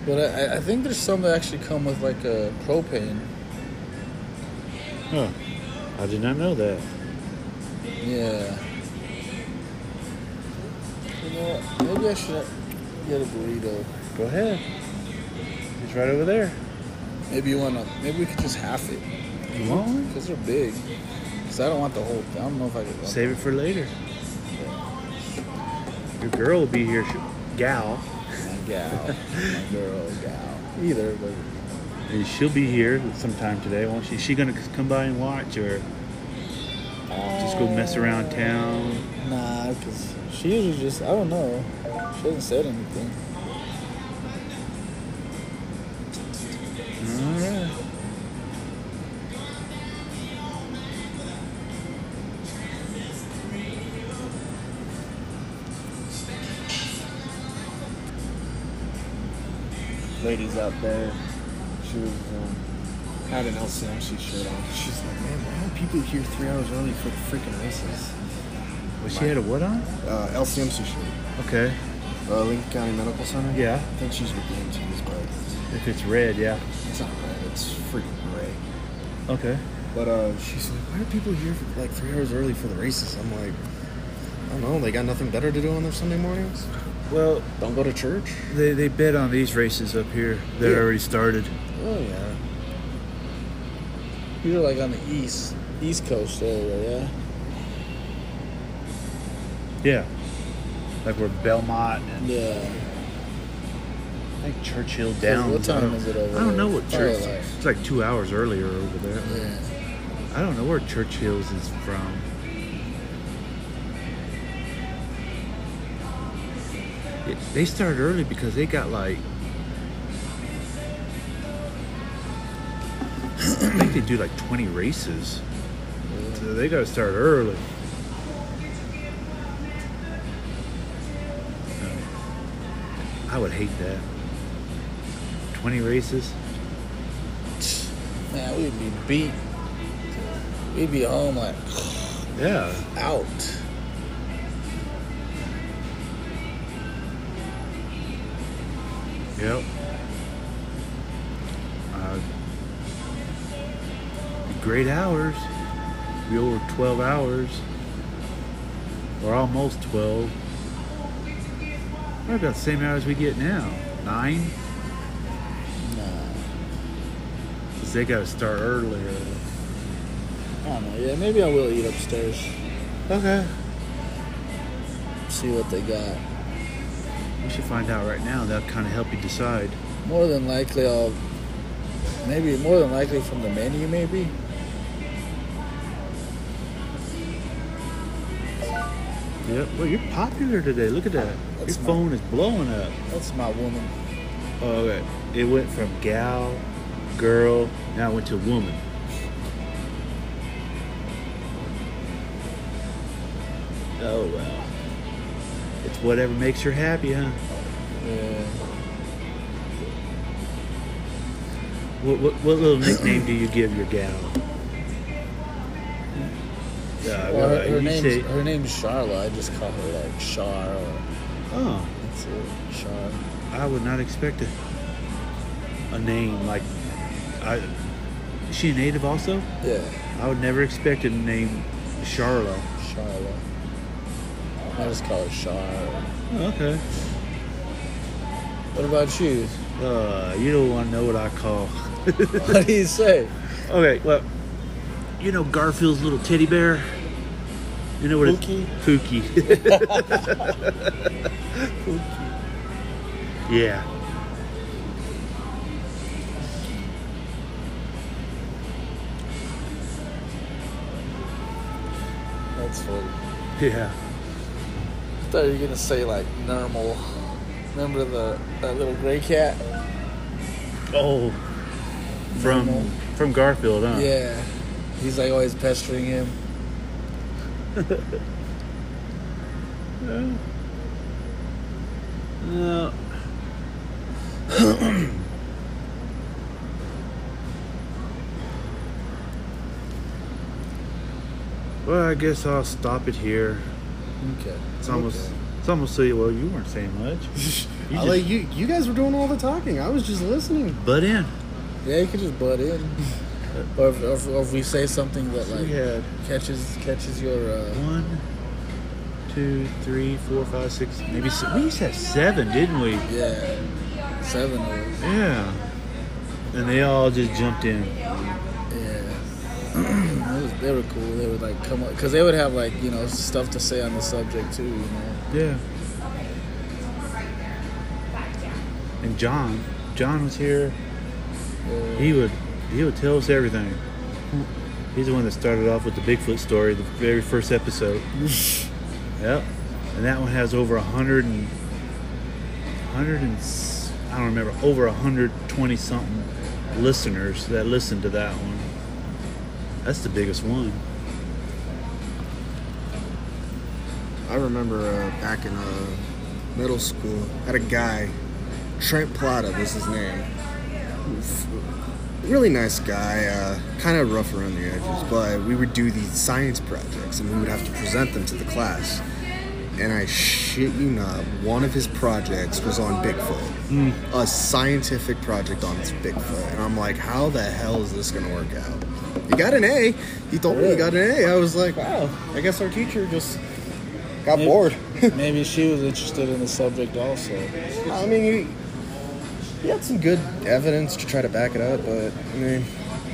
Speaker 2: But I, I- I think there's some that actually come with like a propane.
Speaker 3: Huh. I did not know that.
Speaker 2: Yeah. You know what? Maybe I should get a burrito.
Speaker 3: Go ahead. It's right over there.
Speaker 2: Maybe you wanna. Maybe we could just half it.
Speaker 3: You want one?
Speaker 2: Cause they're big. Cause I don't want the whole. I don't know if I could.
Speaker 3: Save it for later. Your girl will be here, sh- gal,
Speaker 2: My gal, my girl, gal. Either, but
Speaker 3: and she'll be here sometime today, won't she? She gonna come by and watch, or just go mess around town?
Speaker 2: nah, cause she usually just. I don't know. She hasn't said anything.
Speaker 3: All right.
Speaker 2: Ladies out there, she was um, had an LCMC shirt on.
Speaker 1: She's like, man, why are people here three hours early for the freaking races?
Speaker 3: Well, she had a what on?
Speaker 1: Uh, LCMC shoot.
Speaker 3: Okay.
Speaker 1: Uh, Lincoln County Medical Center?
Speaker 3: Yeah.
Speaker 1: I think she's with the MTs, but
Speaker 3: If it's red, yeah.
Speaker 1: it's not red. It's freaking gray.
Speaker 3: Okay.
Speaker 1: But uh, she's like, why are people here for, like three hours early for the races? I'm like, I don't know. They got nothing better to do on their Sunday mornings?
Speaker 3: Well,
Speaker 1: Don't go to church?
Speaker 3: they, they bet on these races up here that
Speaker 1: Yeah.
Speaker 3: already started.
Speaker 1: Oh, yeah.
Speaker 2: We were like on the east, east coast area, yeah.
Speaker 3: Yeah. Like where Belmont and
Speaker 2: Yeah.
Speaker 3: I think Churchill Downs.
Speaker 2: what
Speaker 3: I
Speaker 2: time
Speaker 3: don't-
Speaker 2: is it over
Speaker 3: I don't know
Speaker 2: there?
Speaker 3: what Churchill.
Speaker 2: Firelight.
Speaker 3: It's like two hours earlier over there.
Speaker 2: Yeah.
Speaker 3: I don't know where Churchill's is from. It, they started early because they got like. I think they do like 20 races. So they gotta start early. I would hate that. 20 races?
Speaker 2: Man, we'd be beat. We'd be home like
Speaker 3: Yeah.
Speaker 2: out.
Speaker 3: Yep. Uh, great hours. Be over 12 hours. Or almost 12. Probably about the same hours we get now. Nine?
Speaker 2: Nah,
Speaker 3: Because they got to start earlier.
Speaker 2: I don't know. Yeah, maybe I will eat upstairs.
Speaker 3: Okay.
Speaker 2: See what they got.
Speaker 3: We should find out right now. That'll kind of help you decide.
Speaker 2: More than likely, I'll maybe more than likely from the menu, maybe.
Speaker 3: Yep. Well, you're popular today. Look at that.
Speaker 2: That's
Speaker 3: Your
Speaker 2: my-
Speaker 3: phone is blowing up.
Speaker 2: That's my woman.
Speaker 3: Oh, okay. It went from gal, girl, now it went to woman. Oh, well. It's whatever makes her happy, huh?
Speaker 2: Yeah.
Speaker 3: What, what, what little nickname do you give your gal? Uh,
Speaker 2: Well, her,
Speaker 3: uh,
Speaker 2: her
Speaker 3: you
Speaker 2: name's
Speaker 3: say-
Speaker 2: her name's Charla. I just call her like Char or
Speaker 3: oh,
Speaker 2: that's it, Char.
Speaker 3: I would not expect a, a name like. I, is she a native also?
Speaker 2: Yeah,
Speaker 3: I would never expect a name Charlotte.
Speaker 2: Charla. I just call her Char.
Speaker 3: Oh, Okay.
Speaker 2: What about you?
Speaker 3: Uh, you don't want to know what I call.
Speaker 2: What do you say?
Speaker 3: okay, well, you know Garfield's little teddy bear. You know what? it-
Speaker 2: Pookie?
Speaker 3: Pookie. yeah.
Speaker 2: That's funny.
Speaker 3: Yeah.
Speaker 2: I thought you were gonna say like normal. Remember the that little gray cat?
Speaker 3: Oh. From
Speaker 2: Normal.
Speaker 3: from Garfield, huh?
Speaker 2: Yeah. He's like always pestering him.
Speaker 3: No. Well, I guess I'll stop it here.
Speaker 2: Okay.
Speaker 3: It's almost. It's almost so. Well, you weren't saying much. You
Speaker 1: I
Speaker 3: just
Speaker 1: like you. You guys were doing all the talking. I was just listening.
Speaker 3: butt in.
Speaker 2: Yeah, you could just butt in. or, if, or, if, or if we say something that like
Speaker 3: we had
Speaker 2: catches catches your uh,
Speaker 3: one, two, three, four, five, six, maybe se- we used to have seven, didn't we?
Speaker 2: yeah seven of us.
Speaker 3: Yeah. And they all just jumped in.
Speaker 2: Yeah. It was, they were cool. They would like come up because they would have like you know stuff to say on the subject too. You know.
Speaker 3: Yeah. And John, John was here.
Speaker 2: Yeah.
Speaker 3: He would he would tell us everything. He's the one that started off with the Bigfoot story, the very first episode. yep. And that one has over a hundred and hundred and s- I don't remember over a hundred twenty something listeners that listened to that one. That's the biggest one.
Speaker 1: I remember uh, back in uh, middle school, I had a guy, Trent Plata was his name. F- Really nice guy, uh, kind of rough around the edges, but we would do these science projects and we would have to present them to the class. And I shit you not, one of his projects was on Bigfoot. A scientific project on Bigfoot. And I'm like, how the hell is this going to work out? He got an A. He told me he got an A. I was like, wow, I guess our teacher just got
Speaker 2: Maybe-
Speaker 1: bored.
Speaker 2: Maybe she was interested in the subject also.
Speaker 1: I mean, you, you had some good evidence to try to back it up, but I mean,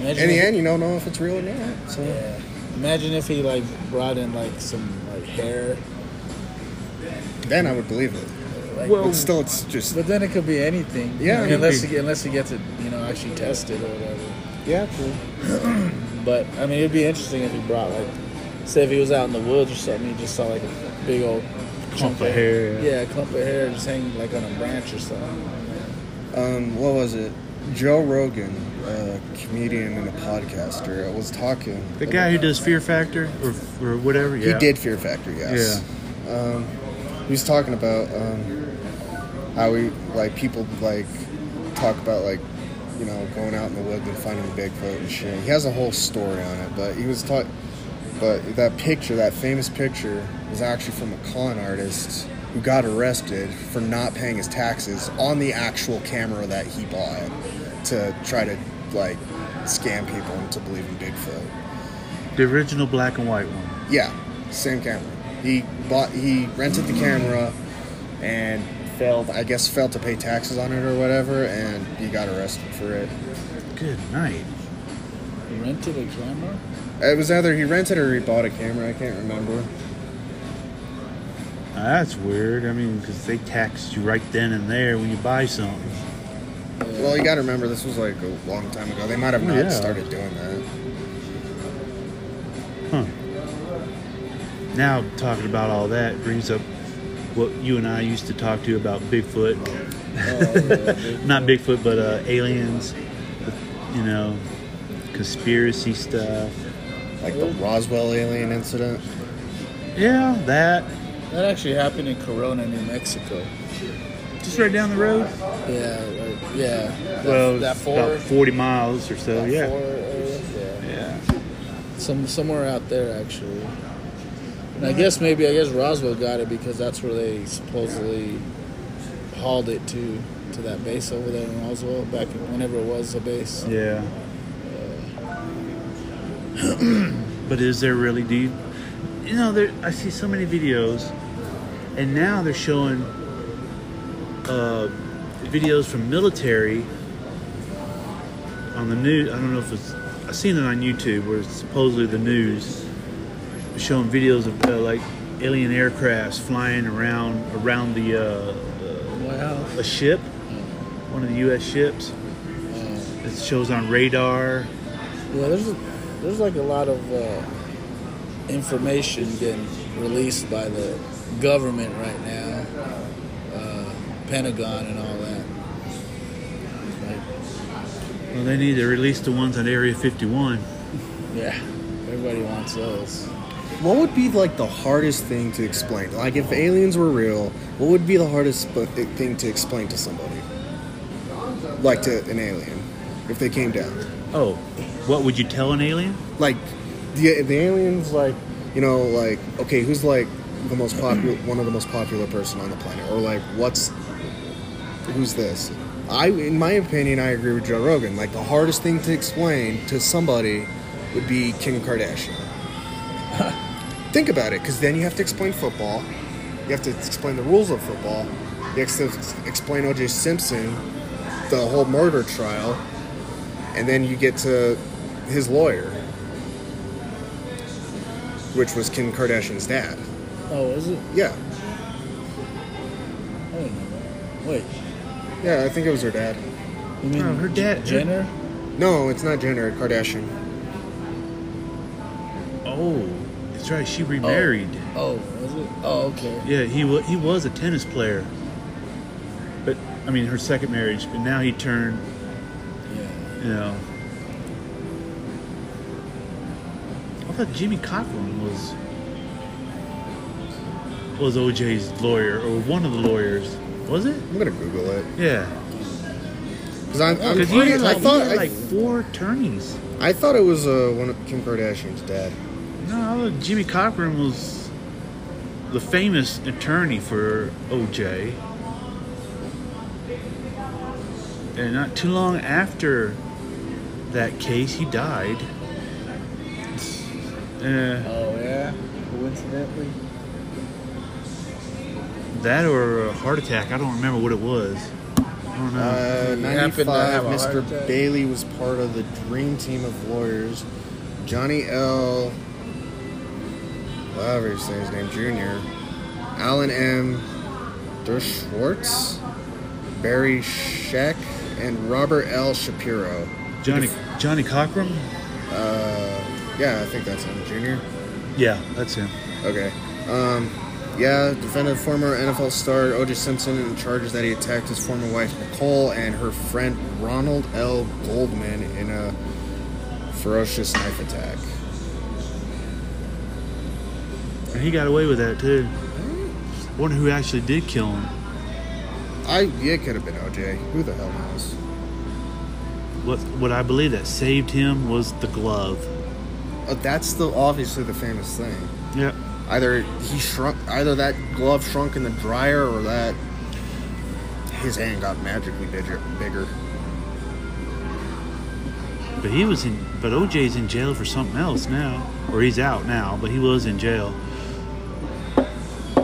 Speaker 2: Imagine
Speaker 1: in the
Speaker 2: if-
Speaker 1: end, you don't know if it's real or not. So
Speaker 2: Yeah. Imagine if he like brought in like some like hair.
Speaker 1: then I would believe it.
Speaker 2: Like,
Speaker 3: Well-
Speaker 1: But still, it's just
Speaker 2: but then it could be anything.
Speaker 1: Yeah, it could
Speaker 2: unless
Speaker 1: be.
Speaker 2: he, unless he gets it, you know, actually tested or whatever.
Speaker 1: yeah, true.
Speaker 2: But I mean, it'd be interesting if he brought like, say, if he was out in the woods or something, he just saw like a big old
Speaker 3: Clump of hair.
Speaker 2: yeah, a clump of hair just hanging like on a branch or something.
Speaker 1: Um, what was it? Joe Rogan, a comedian and a podcaster, was talking.
Speaker 3: The guy who does Fear Factor or, or whatever.
Speaker 1: He
Speaker 3: Yeah.
Speaker 1: did Fear Factor, yes. Yeah. Um, he was talking about um, how we like people like talk about like you know going out in the woods and finding Bigfoot and shit. He has a whole story on it, but he was talking. But that picture, that famous picture, was actually from a con artist who got arrested for not paying his taxes on the actual camera that he bought to try to like scam people into believing Bigfoot.
Speaker 3: The original black and white one.
Speaker 1: Yeah, same camera. He bought, he rented the camera, and failed. I guess failed to pay taxes on it or whatever, and he got arrested for it.
Speaker 3: Good night.
Speaker 2: Rented a camera.
Speaker 1: It was either he rented or he bought a camera. I can't remember.
Speaker 3: Now, that's weird. I mean, because they tax you right then and there when you buy something.
Speaker 1: Well, you got to remember this was like a long time ago. They might have
Speaker 3: Oh,
Speaker 1: not
Speaker 3: yeah.
Speaker 1: started doing that.
Speaker 3: Huh. Now, talking about all that brings up what you and I used to talk to about Bigfoot. Not Oh, Bigfoot, but uh, aliens. You know, conspiracy stuff.
Speaker 1: Like the Roswell alien incident.
Speaker 3: Yeah, that.
Speaker 2: That actually happened in Corona, New Mexico.
Speaker 3: Just right down the road.
Speaker 2: Yeah, like, yeah. That,
Speaker 3: well,
Speaker 2: that
Speaker 3: it's
Speaker 2: four.
Speaker 3: about 40 miles or so.
Speaker 2: that
Speaker 3: yeah.
Speaker 2: four area, yeah.
Speaker 3: Yeah.
Speaker 2: Some somewhere out there actually. And I guess maybe I guess Roswell got it because that's where they supposedly hauled it to to that base over there in Roswell back whenever it was a base.
Speaker 3: Yeah. but is there really? Do you, you know? There, I see so many videos, and now they're showing uh, videos from military on the news. I don't know if it's. I've seen it on YouTube where it's supposedly the news showing videos of uh, like alien aircrafts flying around around the uh,
Speaker 2: Wow.
Speaker 3: a ship, one of the U.S. ships. It shows on radar.
Speaker 2: Yeah, there's a, there's like a lot of uh, information getting released by the government right now, uh, Pentagon and all that. Like,
Speaker 3: Well, they need to release the ones on Area 51.
Speaker 2: yeah, everybody wants those.
Speaker 1: What would be like the hardest thing to explain? Like if aliens were real, what would be the hardest sp- thing to explain to somebody? Like to an alien, if they came down.
Speaker 3: Oh, what would you tell an alien?
Speaker 1: like the the aliens like you know, like okay, who's like the most popular, one of the most popular person on the planet, or like what's who's this? I, in my opinion, I agree with Joe Rogan. Like the hardest thing to explain to somebody would be Kim Kardashian. Think about it, because then you have to explain football, you have to explain the rules of football, you have to ex- explain O.J. Simpson, the whole murder trial, and then you get to his lawyer, which was Kim Kardashian's dad.
Speaker 2: Oh, is it? I
Speaker 1: Yeah,
Speaker 2: didn't know that. Wait,
Speaker 1: yeah, I think it was her dad.
Speaker 2: you mean
Speaker 3: Oh, her dad- her-
Speaker 2: Jenner?
Speaker 1: No, it's not Jenner, Kardashian.
Speaker 3: Oh, that's right. She remarried.
Speaker 2: Oh, was it? Oh, okay.
Speaker 3: Yeah, he wa he was a tennis player. But I mean, her second marriage. But now he turned.
Speaker 2: Yeah.
Speaker 3: You know. I thought Jimmy Coughlin was was OJ's lawyer or one of the lawyers. Was it?
Speaker 1: I'm gonna Google it
Speaker 3: Yeah.
Speaker 1: because I'm. I'm
Speaker 3: Because he
Speaker 1: pretty-
Speaker 3: had like,
Speaker 1: Oh, I thought
Speaker 3: he had like
Speaker 1: I,
Speaker 3: four attorneys.
Speaker 1: I thought it was uh, one of Kim Kardashian's dad.
Speaker 3: No, Jimmy Cochran was the famous attorney for OJ. And not too long after that case, he died. Uh,
Speaker 2: Oh, yeah. Coincidentally.
Speaker 3: that or a heart attack. I don't remember what it was. I don't know.
Speaker 1: Uh,
Speaker 2: He Hmm. happened to
Speaker 1: 95,
Speaker 2: have a heart
Speaker 1: Mr.
Speaker 2: attack.
Speaker 1: Bailey was part of the dream team of lawyers. Johnny L. Whatever you say his name, Jr. Alan M. Der Schwartz, Barry Sheck, and Robert L. Shapiro.
Speaker 3: Johnny Johnny Cochran?
Speaker 1: Uh, yeah, I think that's him, Jr.
Speaker 3: Yeah, that's him.
Speaker 1: Okay. Um, yeah, defended former NFL star O.J. Simpson in the charges that he attacked his former wife Nicole and her friend Ronald L. Goldman in a ferocious knife attack.
Speaker 3: And he got away with that too. Wonder who actually did kill him.
Speaker 1: I yeah, it could have been O.J. Who the hell knows?
Speaker 3: What what I believe that saved him was the glove.
Speaker 1: Uh, that's the obviously the famous thing.
Speaker 3: Yeah.
Speaker 1: Either he shrunk, either that glove shrunk in the dryer, or that his hand got magically bigger. bigger.
Speaker 3: But he was in. But OJ's in jail for something else now, or he's out now. But he was in jail.
Speaker 2: For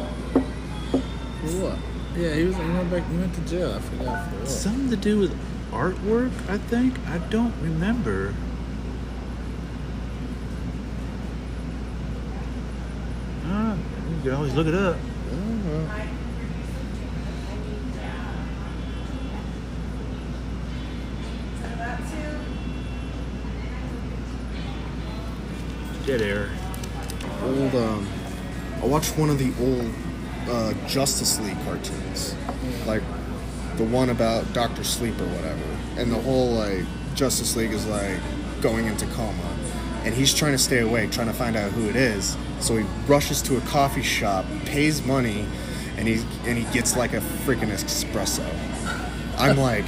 Speaker 2: what? Yeah, he was. He went back. He went to jail. I forgot for what.
Speaker 3: Something to do with artwork, I think. I don't remember. Ah, you can always look it up. Dead air.
Speaker 1: old um I watched one of the old uh, Justice League cartoons. Like the one about Doctor Sleep or whatever. And the whole like Justice League is like going into coma. And he's trying to stay awake, trying to find out who it is. So he rushes to a coffee shop, pays money, and he and he gets like a freaking espresso. I'm like,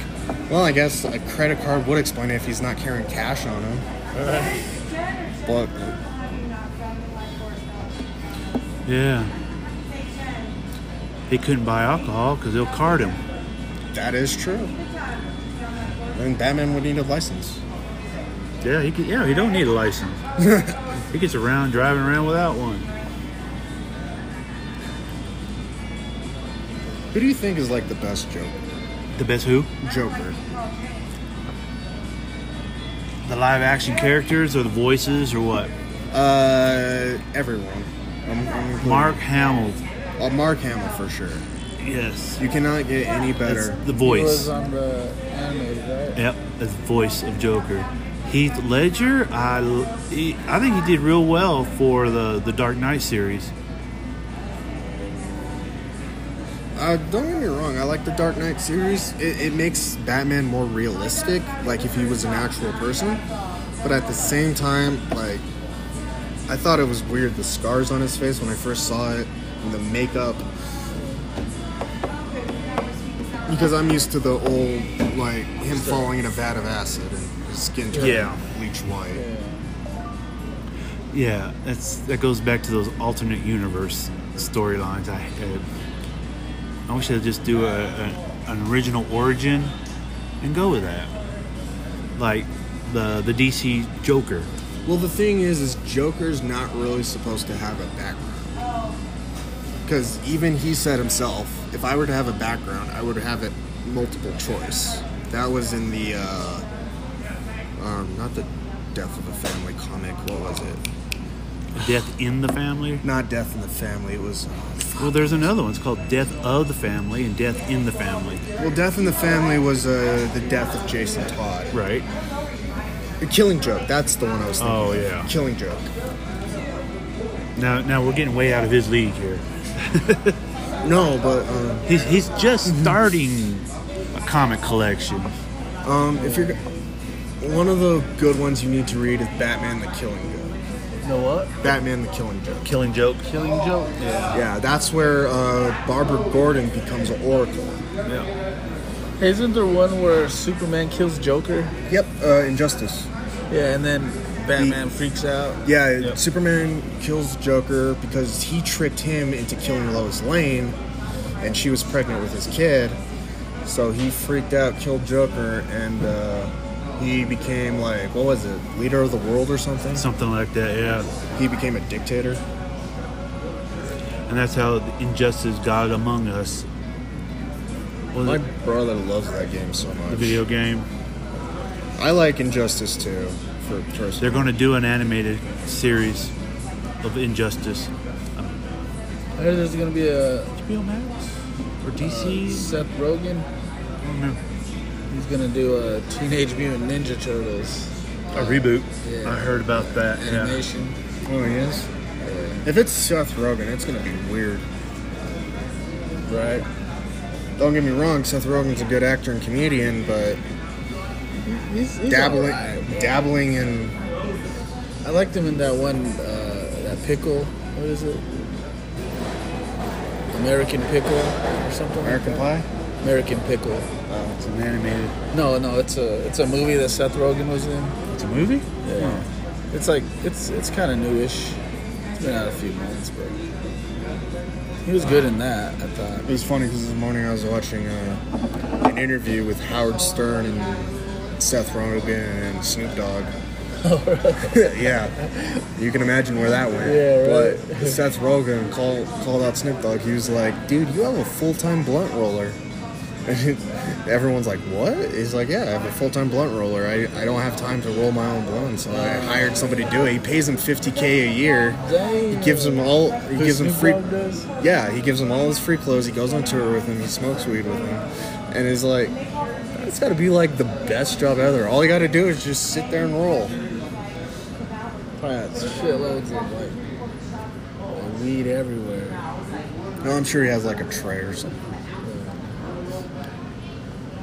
Speaker 1: well, I guess a credit card would explain it if he's not carrying cash on him. But
Speaker 3: Yeah. He couldn't buy alcohol because they'll card him.
Speaker 1: That is true. And Batman would need a license.
Speaker 3: Yeah, he could, yeah, he don't need a license. he gets around driving around without one.
Speaker 1: Who do you think is like the best Joker?
Speaker 3: The best who?
Speaker 1: Joker.
Speaker 3: The live action characters or the voices or what?
Speaker 1: Uh, everyone. I'm, I'm including-
Speaker 3: Mark Hamill.
Speaker 1: Uh, Mark Hamill for sure.
Speaker 3: Yes.
Speaker 1: You cannot get any
Speaker 3: That's
Speaker 1: better.
Speaker 3: the
Speaker 2: He was uh,
Speaker 3: voice.
Speaker 2: on the anime, right?
Speaker 3: Yep, that's the voice of Joker. Heath Ledger, I, l- he- I think he did real well for the, the Dark Knight series.
Speaker 1: Uh, don't get me wrong. I like the Dark Knight series. It, it makes Batman more realistic, like if he was an actual person. But at the same time, like, I thought it was weird the scars on his face when I first saw it, and the makeup. Because I'm used to the old, like, him falling in a vat of acid and his skin turning
Speaker 3: Yeah.
Speaker 1: bleach white.
Speaker 2: Yeah.
Speaker 3: Yeah, that's that goes back to those alternate universe storylines. I uh, I wish they'd just do a, a, an original origin and go with that, like the the DC Joker.
Speaker 1: Well, the thing is, is Joker's not really supposed to have a background. Because even he said himself, if I were to have a background, I would have it multiple choice. That was in the, uh, um, not the Death of a Family comic. What was it?
Speaker 3: Death in the Family.
Speaker 1: Not Death in the Family. It was. uh,
Speaker 3: Well, there's another one. It's called Death of the Family and Death in the Family.
Speaker 1: well, Death in the Family was uh, the death of Jason Todd.
Speaker 3: Right.
Speaker 1: Killing Joke. That's the one I was thinking.
Speaker 3: Oh,
Speaker 1: of.
Speaker 3: yeah.
Speaker 1: Killing Joke.
Speaker 3: Now, now we're getting way out of his league here.
Speaker 1: No, but um,
Speaker 3: He's he's just starting a comic collection.
Speaker 1: Um, if you're one of the good ones you need to read is Batman the Killing Joke.
Speaker 2: You know what?
Speaker 1: Batman the Killing Joke.
Speaker 3: Killing Joke.
Speaker 2: Killing Joke. Yeah.
Speaker 1: Yeah, that's where uh, Barbara Gordon becomes an oracle.
Speaker 3: Yeah.
Speaker 2: Isn't there one where Superman kills Joker?
Speaker 1: Yep, uh, Injustice.
Speaker 2: Yeah, and then Batman freaks out.
Speaker 1: Yeah,
Speaker 2: Yep.
Speaker 1: Superman kills Joker because he tricked him into killing Lois Lane, and she was pregnant with his kid. So he freaked out, killed Joker, and uh, he became like what was it, leader of the world or something?
Speaker 3: Something like that. Yeah.
Speaker 1: He became a dictator.
Speaker 3: And that's how Injustice God Among Us. Was
Speaker 1: My
Speaker 3: it
Speaker 1: brother loves that game so much.
Speaker 3: the video game.
Speaker 1: I like Injustice too. For first,
Speaker 3: They're going to do an animated series of Injustice.
Speaker 2: I heard there's gonna be a
Speaker 3: HBO Max or DC?
Speaker 2: Seth Rogen.
Speaker 3: I don't remember.
Speaker 2: He's gonna do a Teenage Mutant Ninja Turtles
Speaker 3: A reboot.
Speaker 2: Yeah.
Speaker 3: I heard about that. Yeah.
Speaker 2: animation.
Speaker 1: oh yes. If it's Seth Rogen, it's gonna be weird.
Speaker 2: Right.
Speaker 1: Don't get me wrong, Seth Rogen's a good actor and comedian, but
Speaker 2: He's, he's
Speaker 1: dabbling,
Speaker 2: alright, bro.
Speaker 1: dabbling in
Speaker 2: I liked him in that one, uh, that pickle. What is it? American pickle or something.
Speaker 1: American
Speaker 2: like
Speaker 1: Pie.
Speaker 2: that? American pickle.
Speaker 3: Oh, it's an animated.
Speaker 2: No, no, it's a it's a movie that Seth Rogen was in.
Speaker 3: It's a movie?
Speaker 2: Yeah. It's like it's it's kind of newish. It's been out a few months, but he was good in that. I thought.
Speaker 1: It was funny because this morning I was watching uh, an interview with Howard Stern and Seth Rogen and Snoop Dogg. yeah, you can imagine where that went.
Speaker 2: Yeah, right.
Speaker 1: But Seth Rogen called called out Snoop Dogg. He was like, "Dude, you have a full time blunt roller." And everyone's like, "What?" He's like, "Yeah, I have a full time blunt roller. I, I don't have time to roll my own blunt, so I hired somebody to do it. He pays him 50k a year. He gives him all. He gives him free. Yeah, he gives him all his free clothes. He goes on tour with him. He smokes weed with him, and is like, it's got to be like the best job ever. All you got to do is just sit there and roll.
Speaker 2: Plants, shitloads of like weed everywhere.
Speaker 1: No, I'm sure he has like a tray or something.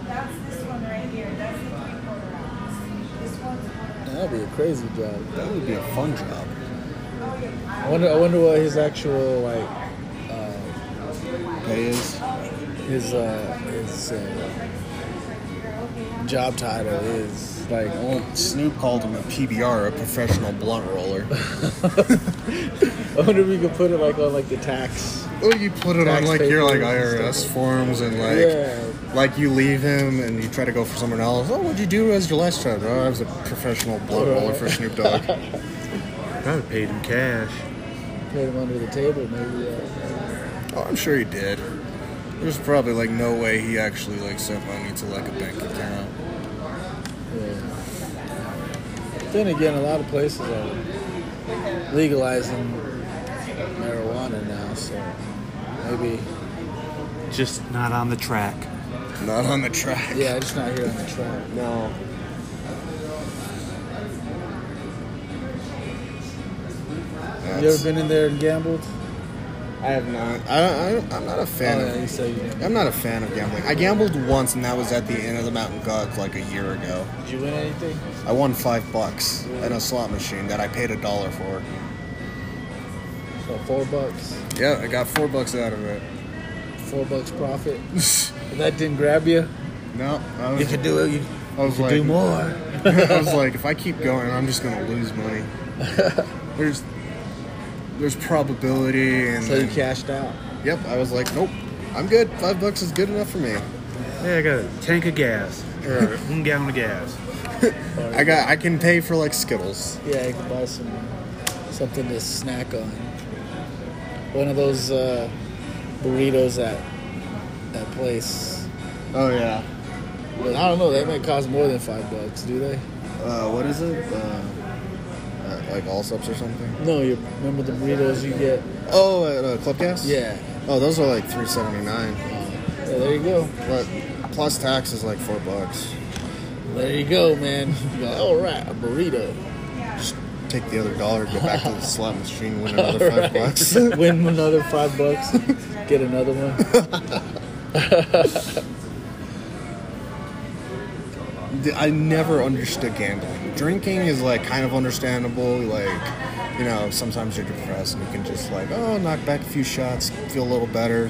Speaker 4: That's this one right here, that's the three quarter ounce. This one's one
Speaker 2: That'd be a crazy job.
Speaker 1: That would be a fun job.
Speaker 2: I wonder. I wonder what his actual like
Speaker 1: Pay is.
Speaker 2: his uh, his uh, job title is. Like
Speaker 1: Well, Snoop called him a PBR, a professional blunt roller.
Speaker 2: I wonder if we could put it like on like the tax.
Speaker 1: Well, you put it on
Speaker 2: Tax
Speaker 1: like your like
Speaker 2: papers and
Speaker 1: IRS
Speaker 2: stuff.
Speaker 1: forms and like
Speaker 2: Yeah.
Speaker 1: like you leave him and you try to go for someone else. Oh, what'd you do as your last job? Oh, I was a professional blunt roller for Snoop Dogg.
Speaker 3: Probably paid him cash.
Speaker 2: Put him under the table, maybe. Uh,
Speaker 1: Oh, I'm sure he did. There's probably like no way he actually like sent money to like a bank account.
Speaker 2: yeah. Then again, a lot of places are legalizing marijuana now, so maybe.
Speaker 3: Just not on the track.
Speaker 1: Not on the track.
Speaker 2: Yeah, just not here on the track.
Speaker 1: No.
Speaker 2: You ever been in there and gambled?
Speaker 1: I have not. I, I, I'm not a fan.
Speaker 2: Oh yeah, you
Speaker 1: of,
Speaker 2: said you did.
Speaker 1: I'm not a fan of gambling. I gambled once, and that was at the end of the Mountain Gods like a year ago.
Speaker 2: Did you win anything?
Speaker 1: I won five bucks in a slot machine that I paid a dollar for.
Speaker 2: So four bucks,
Speaker 1: Yeah, I got four bucks out of it.
Speaker 2: four bucks profit. If that didn't grab you,
Speaker 1: no, I was,
Speaker 2: you could do it. You
Speaker 1: I was
Speaker 2: could
Speaker 1: like,
Speaker 2: do more.
Speaker 1: I was like, if I keep going, I'm just gonna lose money. there's there's probability and
Speaker 2: So you cashed out.
Speaker 1: yep. I was like, nope, I'm good. Five bucks is good enough for me.
Speaker 3: Hey, I got a tank of gas or one gallon of gas.
Speaker 1: I got I can pay for like Skittles.
Speaker 2: Yeah, you can buy some something to snack on. One of those uh, burritos at that place.
Speaker 1: Oh yeah.
Speaker 2: But I don't know. They might cost more than five bucks, do they?
Speaker 1: Uh, what is it? Uh, uh, like Allsups or something?
Speaker 2: No, you remember the burritos you get?
Speaker 1: Oh, at uh, Club Gas.
Speaker 2: Yeah.
Speaker 1: Oh, those are like three seventy nine.
Speaker 2: Yeah, there you go.
Speaker 1: But plus tax is like four bucks.
Speaker 2: There you go, man. You go, All right, a burrito.
Speaker 1: Just take the other dollar, go back to the slot machine, win another
Speaker 2: All
Speaker 1: five
Speaker 2: right.
Speaker 1: bucks.
Speaker 2: Win another five bucks. Get another one.
Speaker 1: D- I never understood gambling. Drinking is like kind of understandable. Like, you know, sometimes you're depressed and you can just like, oh, knock back a few shots, feel a little better,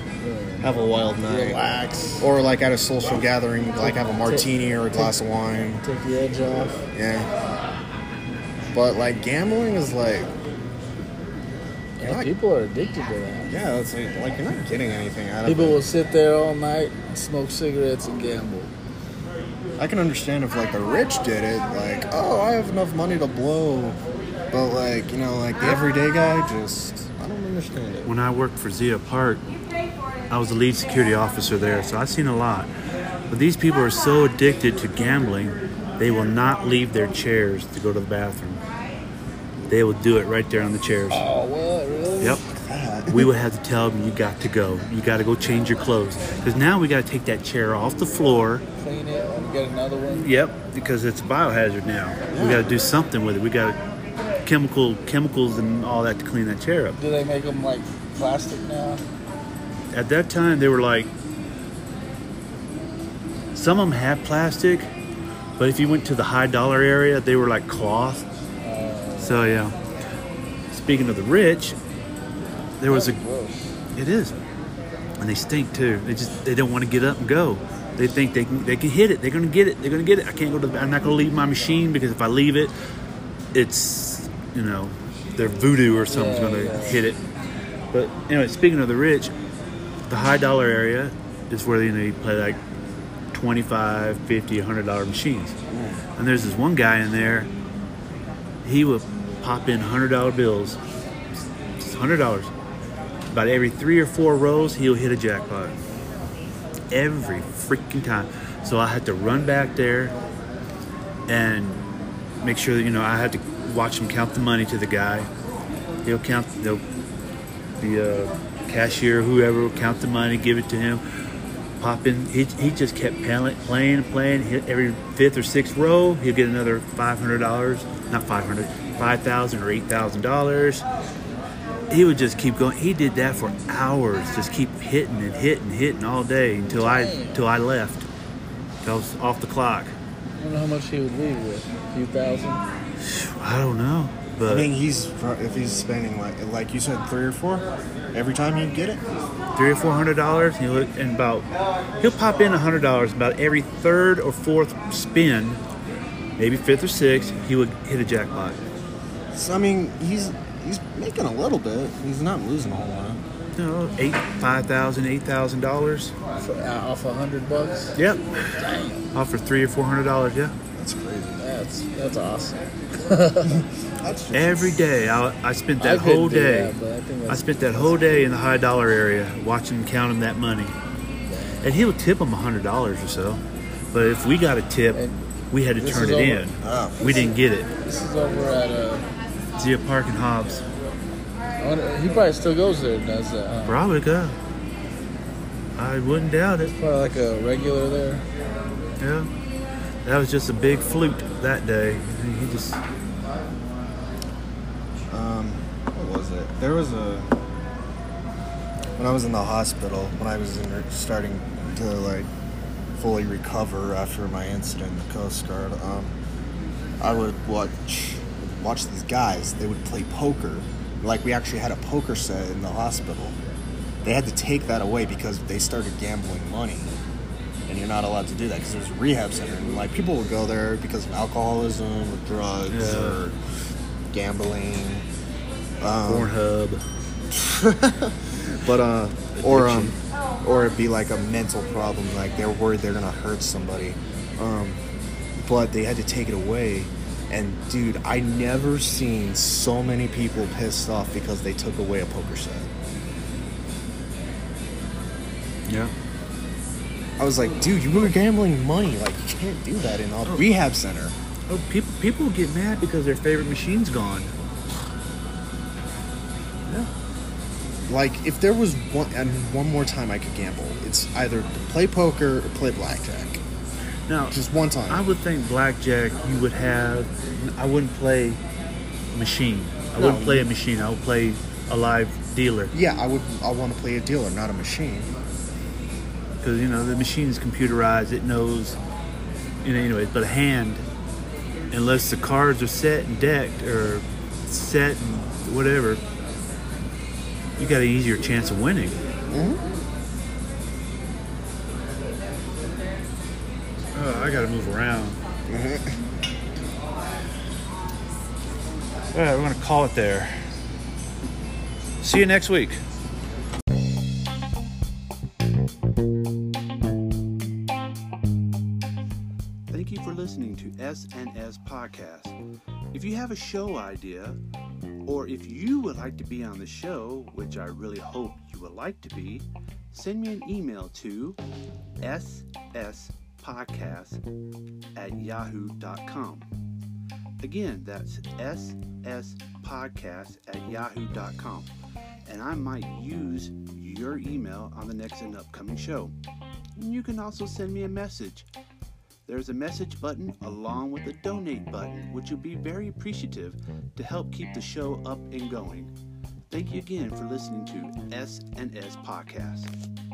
Speaker 1: have a wild night,
Speaker 2: Relax.
Speaker 1: or like at a social gathering, like have a martini or a glass of wine.
Speaker 2: Take the edge off.
Speaker 1: Yeah. But like gambling is like,
Speaker 2: Yeah, people are addicted to that.
Speaker 1: yeah, that's like, like you're not getting anything out of
Speaker 2: People
Speaker 1: it.
Speaker 2: will sit there all night, and smoke cigarettes, and gamble.
Speaker 1: I can understand if like the rich did it, like, oh, I have enough money to blow. But like, you know, like the everyday guy just I don't understand it.
Speaker 3: When I worked for Zia Park,
Speaker 4: You pay for it.
Speaker 3: I was the lead security officer there, so I've seen a lot. But these people are so addicted to gambling, they will not leave their chairs to go to the bathroom. They will do it right there on the chairs.
Speaker 2: Oh, what? Really?
Speaker 3: Yep. We would have to tell them, you got to go. You got to go change your clothes. Because now we got to take that chair off the floor.
Speaker 2: Clean it. and Get another one.
Speaker 3: Yep, because it's a biohazard now. We got to do something with it. We got chemical chemicals and all that to clean that chair up.
Speaker 2: Do they make them like plastic now?
Speaker 3: At that time, they were like, some of them had plastic, but if you went to the high dollar area, they were like cloth. So yeah. Speaking of the rich, there was a
Speaker 2: Gross.
Speaker 3: It is, and they stink too. They just they don't want to get up and go. They think they can they can hit it. They're gonna get it. They're gonna get it. I can't go to. The, I'm not gonna leave my machine because if I leave it, it's you know, their voodoo or something's
Speaker 2: Yeah,
Speaker 3: gonna
Speaker 2: yeah.
Speaker 3: hit it. But anyway, speaking of the rich, the high dollar area is where you know you play like 25 50 100 dollar machines
Speaker 2: Mm.
Speaker 3: and there's this one guy in there he would pop in 100 dollar bills 100 dollars about every three or four rows, he'll hit a jackpot. Every freaking time. So I had to run back there and make sure that, you know, I had to watch him count the money to the guy. He'll count, they'll, the uh, cashier, whoever, will count the money, give it to him. Pop in. He, he just kept pal- playing and playing. Hit every fifth or sixth row, he'll get another $500. Not 500 5000 or $8,000 he would just keep going. He did that for hours, just keep hitting and hitting, hitting all day until I
Speaker 2: Damn.
Speaker 3: until I left. I was off the clock.
Speaker 2: I don't know how much he would leave with. A few thousand.
Speaker 3: I don't know,
Speaker 1: I
Speaker 3: but
Speaker 1: mean, he's pro- if he's spending like like you said three or four every time you get it.
Speaker 3: three or four hundred dollars. He'll and about he'll pop in a hundred dollars about every third or fourth spin, maybe fifth or sixth. He would hit a jackpot.
Speaker 1: So, I mean, he's he's making a little bit. He's not losing a whole lot.
Speaker 3: You know, eight five thousand, eight thousand dollars.
Speaker 2: For, uh, off a hundred bucks.
Speaker 3: Yep, off for three or four hundred dollars. Yeah.
Speaker 1: That's crazy.
Speaker 2: That's that's awesome.
Speaker 1: That's just
Speaker 3: Every day, I, I spent
Speaker 2: I
Speaker 3: that
Speaker 2: couldn't
Speaker 3: whole
Speaker 2: do
Speaker 3: day.
Speaker 2: that, but I think
Speaker 3: I
Speaker 2: that's-
Speaker 3: spent that whole day in the high dollar area watching him counting that money. And he would tip him hundred dollars or so, but if we got a tip,
Speaker 2: And
Speaker 3: we had to
Speaker 2: this
Speaker 3: turn
Speaker 2: is
Speaker 3: it
Speaker 2: over.
Speaker 3: in.
Speaker 1: Oh.
Speaker 3: We didn't get it.
Speaker 2: This is over at uh.
Speaker 3: Zia Park and Hobbs.
Speaker 2: I wonder, he probably still goes there and does that. Huh?
Speaker 3: Probably go. I wouldn't doubt it.
Speaker 2: Probably like a regular there.
Speaker 3: Yeah, that was just a big flute that day. And He just
Speaker 2: Uh-huh.
Speaker 1: um, what was it? There was a when I was in the hospital when I was in, starting to like fully recover after my incident in the Coast Guard. Um, I would watch watch these guys. They would play poker. Like we actually had a poker set in the hospital. They had to take that away because they started gambling money. And you're not allowed to do that because there's a rehab center, and like people would go there because of alcoholism or drugs
Speaker 3: Yeah.
Speaker 1: or gambling. Um,
Speaker 3: Pornhub.
Speaker 1: but uh, or um,
Speaker 3: Addiction.
Speaker 1: or it'd be like a mental problem, like they're worried they're gonna hurt somebody. Um, but they had to take it away, and dude, I never seen so many people pissed off because they took away a poker set.
Speaker 3: Yeah.
Speaker 1: I was like, dude, you were gambling money. Like you can't do that in a rehab center.
Speaker 3: Oh, people people get mad because their favorite machine's gone. Yeah.
Speaker 1: Like if there was one and one more time I could gamble, it's either play poker or play blackjack.
Speaker 3: Now,
Speaker 1: Just one time.
Speaker 3: I would think blackjack you would have. I wouldn't play machine. I
Speaker 1: No.
Speaker 3: wouldn't play a machine. I would play a live dealer
Speaker 1: Yeah, I would. I want to play a dealer, not a machine.
Speaker 3: because you know the machine is computerized. It knows. You know, anyways, but a hand, unless the cards are set and decked or set and whatever, you got an easier chance of winning. Oh, I got to move around. All right, we're going to call it there. See you next week. Thank you for listening to SNS Podcast. If you have a show idea, or if you would like to be on the show, which I really hope you would like to be, send me an email to sspodcast at yahoo.com. Again, that's sspodcast at yahoo.com. And I might use your email on the next and upcoming show. You can also send me a message. There's a message button along with a donate button, which would be very appreciative to help keep the show up and going. Thank you again for listening to SNS Podcast.